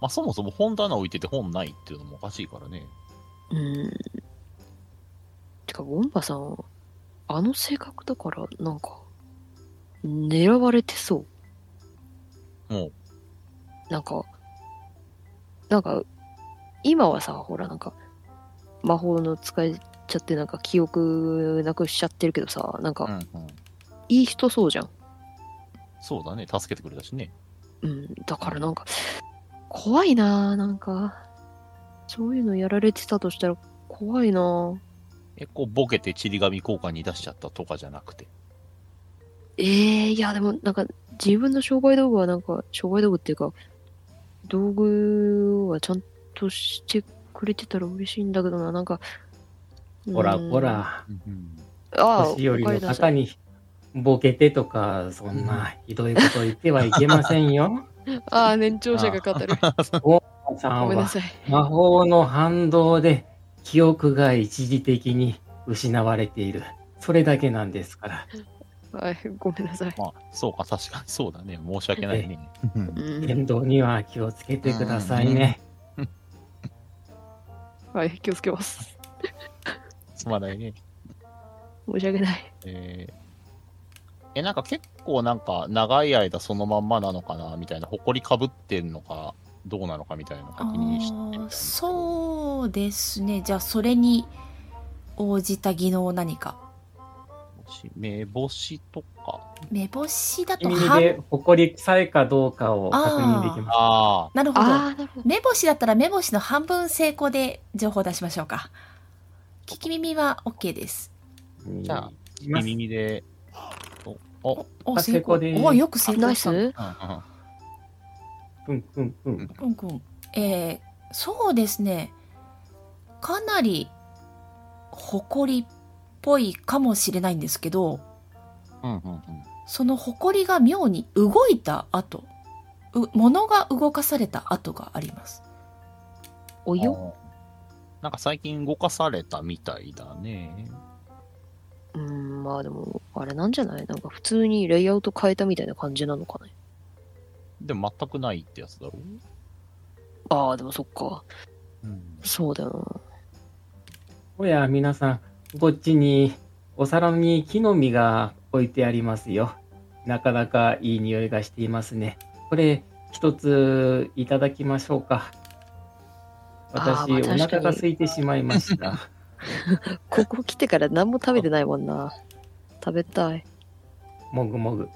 [SPEAKER 2] まあそもそも本棚置いてて本ないっていうのもおかしいからね。
[SPEAKER 5] うーん。てか、ウォンバさん、あの性格だから、なんか、狙われてそう。
[SPEAKER 2] もう、
[SPEAKER 5] なんか、なんか、今はさ、ほら、なんか、魔法の使いちゃって、なんか、記憶なくしちゃってるけどさ、なん
[SPEAKER 2] う
[SPEAKER 5] か、
[SPEAKER 2] んうん、
[SPEAKER 5] いい人そうじゃん。
[SPEAKER 2] そうだね。助けてくれたしね。
[SPEAKER 5] うん、だからなんか、怖いなぁ、なんか。そういうのやられてたとしたら怖いなぁ。
[SPEAKER 2] え、こう、ボケてちり紙交換に出しちゃったとかじゃなくて。
[SPEAKER 5] ええいやでもなんか自分の商売道具はなんか、商売道具っていうか、道具はちゃんとしてくれてたら嬉しいんだけどな、なんか。うん
[SPEAKER 3] ほらほ。ら、
[SPEAKER 5] ああ、
[SPEAKER 3] 年寄りの
[SPEAKER 5] おかえりなさ
[SPEAKER 3] 方
[SPEAKER 5] い
[SPEAKER 3] にボケてとか、そんなひどいこと言ってはいけませんよ。
[SPEAKER 4] ああ、年長者が語る。
[SPEAKER 3] さ
[SPEAKER 4] ご
[SPEAKER 3] ん
[SPEAKER 4] めんな
[SPEAKER 3] は
[SPEAKER 4] さい。
[SPEAKER 3] 魔法の反動で記憶が一時的に失われている。それだけなんですから。
[SPEAKER 4] はい、ごめんなさい。
[SPEAKER 2] まあ、そうか、確かにそうだね。申し訳ないね。
[SPEAKER 5] うん、
[SPEAKER 3] 言動には気をつけてくださいね。
[SPEAKER 4] はい、気をつけます。
[SPEAKER 2] すまないね。
[SPEAKER 5] 申し訳ない。
[SPEAKER 2] えーえ、なんか結構なんか長い間そのまんまなのかなみたいな、埃かぶってんのか、どうなのかみたいなのを
[SPEAKER 1] あ
[SPEAKER 2] 確認してみたいな
[SPEAKER 1] ーそうですねじゃあそれに応じた技能何か
[SPEAKER 2] 目星とか。
[SPEAKER 1] 目星だと
[SPEAKER 3] 君
[SPEAKER 1] は
[SPEAKER 3] で埃臭いかどうかを確認できます。
[SPEAKER 2] あ
[SPEAKER 1] なるほど
[SPEAKER 5] ああ、なるほど。
[SPEAKER 1] 目星だったら目星の半分成功で情報を出しましょうか聞き耳は OK です
[SPEAKER 2] じゃあ
[SPEAKER 3] い
[SPEAKER 2] あ、
[SPEAKER 3] ます
[SPEAKER 2] 耳で。お、お、
[SPEAKER 1] お
[SPEAKER 3] あ成功です
[SPEAKER 1] およく成功
[SPEAKER 5] ナイ
[SPEAKER 1] し
[SPEAKER 5] ス
[SPEAKER 1] た
[SPEAKER 2] うん
[SPEAKER 3] うんうんうん。
[SPEAKER 1] うんうんえーそうですねかなり誇りっぽいかもしれないんですけど
[SPEAKER 2] うん、うん、うん、うん。
[SPEAKER 1] その埃が妙に動いた後う物が動かされた跡があります
[SPEAKER 5] お湯
[SPEAKER 2] あーなんか最近動かされたみたいだね。
[SPEAKER 5] うん、まあでも、あれなんじゃないなんか普通にレイアウト変えたみたいな感じなのかね。
[SPEAKER 2] でも全くないってやつだろ
[SPEAKER 5] ああ、でもそっか。
[SPEAKER 2] うん。
[SPEAKER 5] そうだよ
[SPEAKER 3] おや、皆さん、こっちにお皿に木の実が置いてありますよ。なかなかいい匂いがしていますね。これ、一ついただきましょうか。
[SPEAKER 5] あ
[SPEAKER 3] 私、
[SPEAKER 5] ーまあ
[SPEAKER 3] お
[SPEAKER 5] 確かに
[SPEAKER 3] 腹が空いてしまいました。
[SPEAKER 5] な。ここ来てから何も食べてないもんな。食べたい。
[SPEAKER 3] もぐもぐ。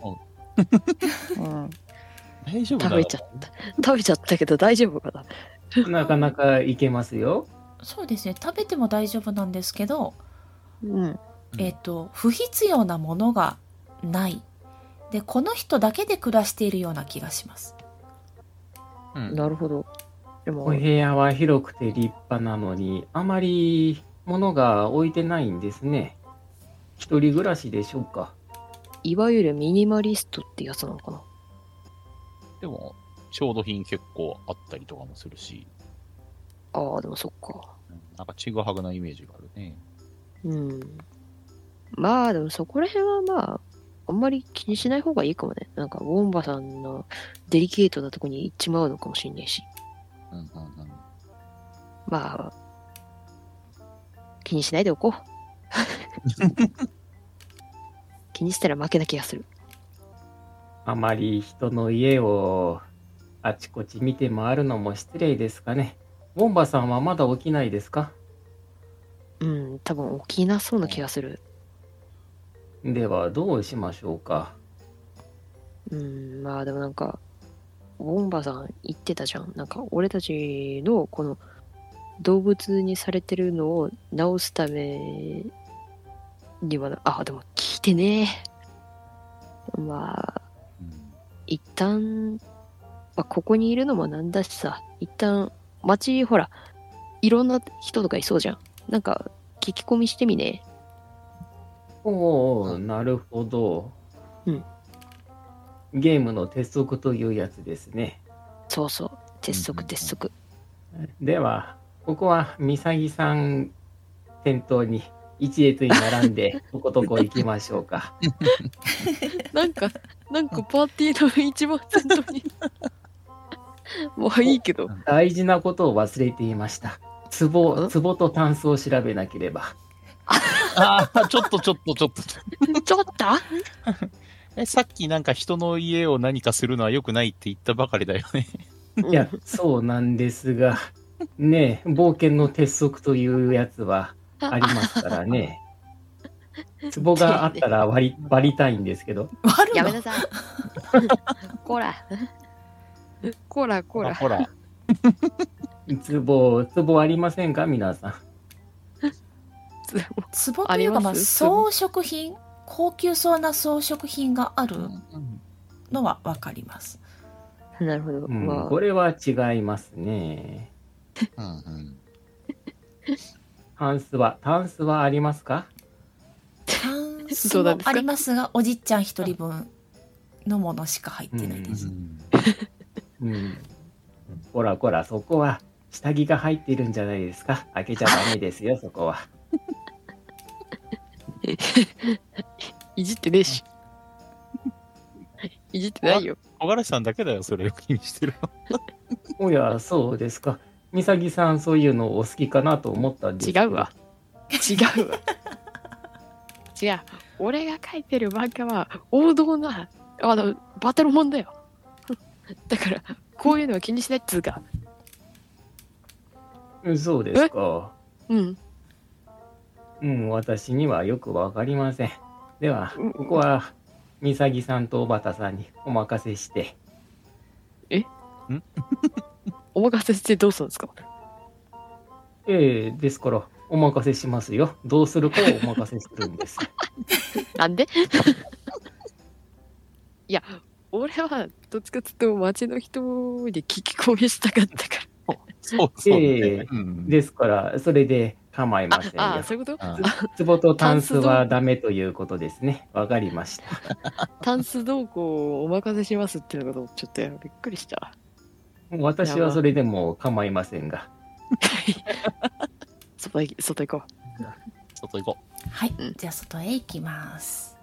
[SPEAKER 5] うん。
[SPEAKER 2] 大丈夫だ
[SPEAKER 5] 食べちゃった。食べちゃったけど大丈夫かな。
[SPEAKER 3] なかなかいけますよ。
[SPEAKER 1] そうですね食べても大丈夫なんですけど、
[SPEAKER 5] うん。
[SPEAKER 2] うん
[SPEAKER 1] えっ、と不必要なものがないでこの人だけで暮らしているような気がし ます
[SPEAKER 2] うん
[SPEAKER 5] なるほど。で
[SPEAKER 3] お
[SPEAKER 5] も
[SPEAKER 3] 部、屋は広くて立派なのに、あまり物が置いてないんですね。一人暮らしでしょうか。
[SPEAKER 5] いわゆるミニマリストってやつなのかな。
[SPEAKER 2] でも、調度品結構あったりとかもするし、
[SPEAKER 5] ああ、でもそっか。
[SPEAKER 2] うんなんかちぐはぐなイメージがあるね。
[SPEAKER 5] うん。まあでもそこら辺はまあ、あんまり気にしない方がいいかもね。なんか、ウォンバさんのデリケートなとこに行っちまうのかもしれないし。
[SPEAKER 2] うんうんうん。
[SPEAKER 5] まあ、気にしないでおこう。気にしたら負けな気がする。
[SPEAKER 3] あまり人の家をあちこち見て回るのも失礼ですかね。ウォンバさんはまだ起きないですか
[SPEAKER 5] うん、多分起きなそうな気がする。
[SPEAKER 3] ではどうしましょうか。
[SPEAKER 5] うん、まあでもなんか、ウォンバさん言ってたじゃん。なんか、俺たちのこの動物にされてるのを治すためにはな、あ、でも聞いてねえ。まあ、
[SPEAKER 2] うん
[SPEAKER 5] 一旦、まあ、ここにいるのもなんだしさ、一旦、街、ほら、いろんな人とかいそうじゃん。なんか、聞き込みしてみね。
[SPEAKER 3] おお、なるほど。
[SPEAKER 5] うん。
[SPEAKER 3] ゲームの鉄則というやつですね。
[SPEAKER 5] そうそう。鉄則、
[SPEAKER 2] うんうんうん
[SPEAKER 5] 鉄則。
[SPEAKER 3] では、ここはミサギさん店頭に一列に並ん で、とことこ行きましょうか。
[SPEAKER 4] なんか、なんかパーティーの一番先 頭に。まあいいけど。
[SPEAKER 3] 大事なことを忘れていました。壺、
[SPEAKER 5] ん
[SPEAKER 3] 壺とタンスを調べなければ。
[SPEAKER 2] ああ、ちょっとちょっとちょっと。
[SPEAKER 5] ちょっと
[SPEAKER 2] え、さっきなんか人の家を何かするのは良くないって言ったばかりだよね。
[SPEAKER 3] いや、そうなんですが、ねえ、冒険の鉄則というやつはありますからね。壺があったら割り割りたいんですけど、
[SPEAKER 1] 割
[SPEAKER 5] や
[SPEAKER 1] るの
[SPEAKER 5] めなさい。こら。
[SPEAKER 4] こらこ
[SPEAKER 2] ほら、
[SPEAKER 4] ら。
[SPEAKER 2] ほら。
[SPEAKER 3] 壺、壺ありませんか皆さん。
[SPEAKER 1] 壺というかま
[SPEAKER 4] あ
[SPEAKER 1] あ
[SPEAKER 4] ります
[SPEAKER 1] 装飾品高級そうな装飾品があるのは分かります
[SPEAKER 5] なるほど。
[SPEAKER 3] うん
[SPEAKER 5] まあ
[SPEAKER 3] こ、れは違いますね。
[SPEAKER 2] うんうん。
[SPEAKER 3] タンスは、タンスはありますか
[SPEAKER 1] タンス
[SPEAKER 4] どうなん
[SPEAKER 1] も
[SPEAKER 4] ですか
[SPEAKER 1] ありますがおじっちゃん一人分のものしか入ってないです、
[SPEAKER 3] うん。こらこら、そこは下着が入っているんじゃないですか。開けちゃダメですよ、そこは。
[SPEAKER 4] いじってねえし。 いじってないよ。
[SPEAKER 2] 小柄さんだけだよ、それを気にしてるの。
[SPEAKER 3] おや、そうですか。みさぎさん、そういうのお好きかなと思ったんですけ
[SPEAKER 4] 違
[SPEAKER 3] ど
[SPEAKER 4] うわ。違う わ。違う。俺が書い てる漫画は王道な、あの、バトルもんだよ。だから、
[SPEAKER 5] こういうのは気にしないっつうか。
[SPEAKER 3] うんそうですか。
[SPEAKER 5] うん。
[SPEAKER 3] うん、私にはよくわかりません。では、ここは、みさぎさんとおばたさんにお任せして。
[SPEAKER 5] お任せしてどうするんですか
[SPEAKER 3] ええですから、お任せしますよ。どうするかをお任せするんです。
[SPEAKER 5] なん でいや、俺はどっちかっていうと町の人に聞き込みしたかったか
[SPEAKER 2] そうそう、ね
[SPEAKER 3] ええ
[SPEAKER 2] うん
[SPEAKER 3] ですから、それで構いません
[SPEAKER 5] ら。ああ、
[SPEAKER 3] よ。
[SPEAKER 5] そういうこと
[SPEAKER 2] あ
[SPEAKER 3] 壺とタンスはダメということですね。わかりました。
[SPEAKER 5] タンス動向をお任せしますっていうのがちょっとびっくり した。
[SPEAKER 3] 私はそれでも構いませんが。
[SPEAKER 5] 外行き外行こう。
[SPEAKER 2] 外行こ
[SPEAKER 1] はい、
[SPEAKER 5] うん
[SPEAKER 1] じゃあ外へ行きます。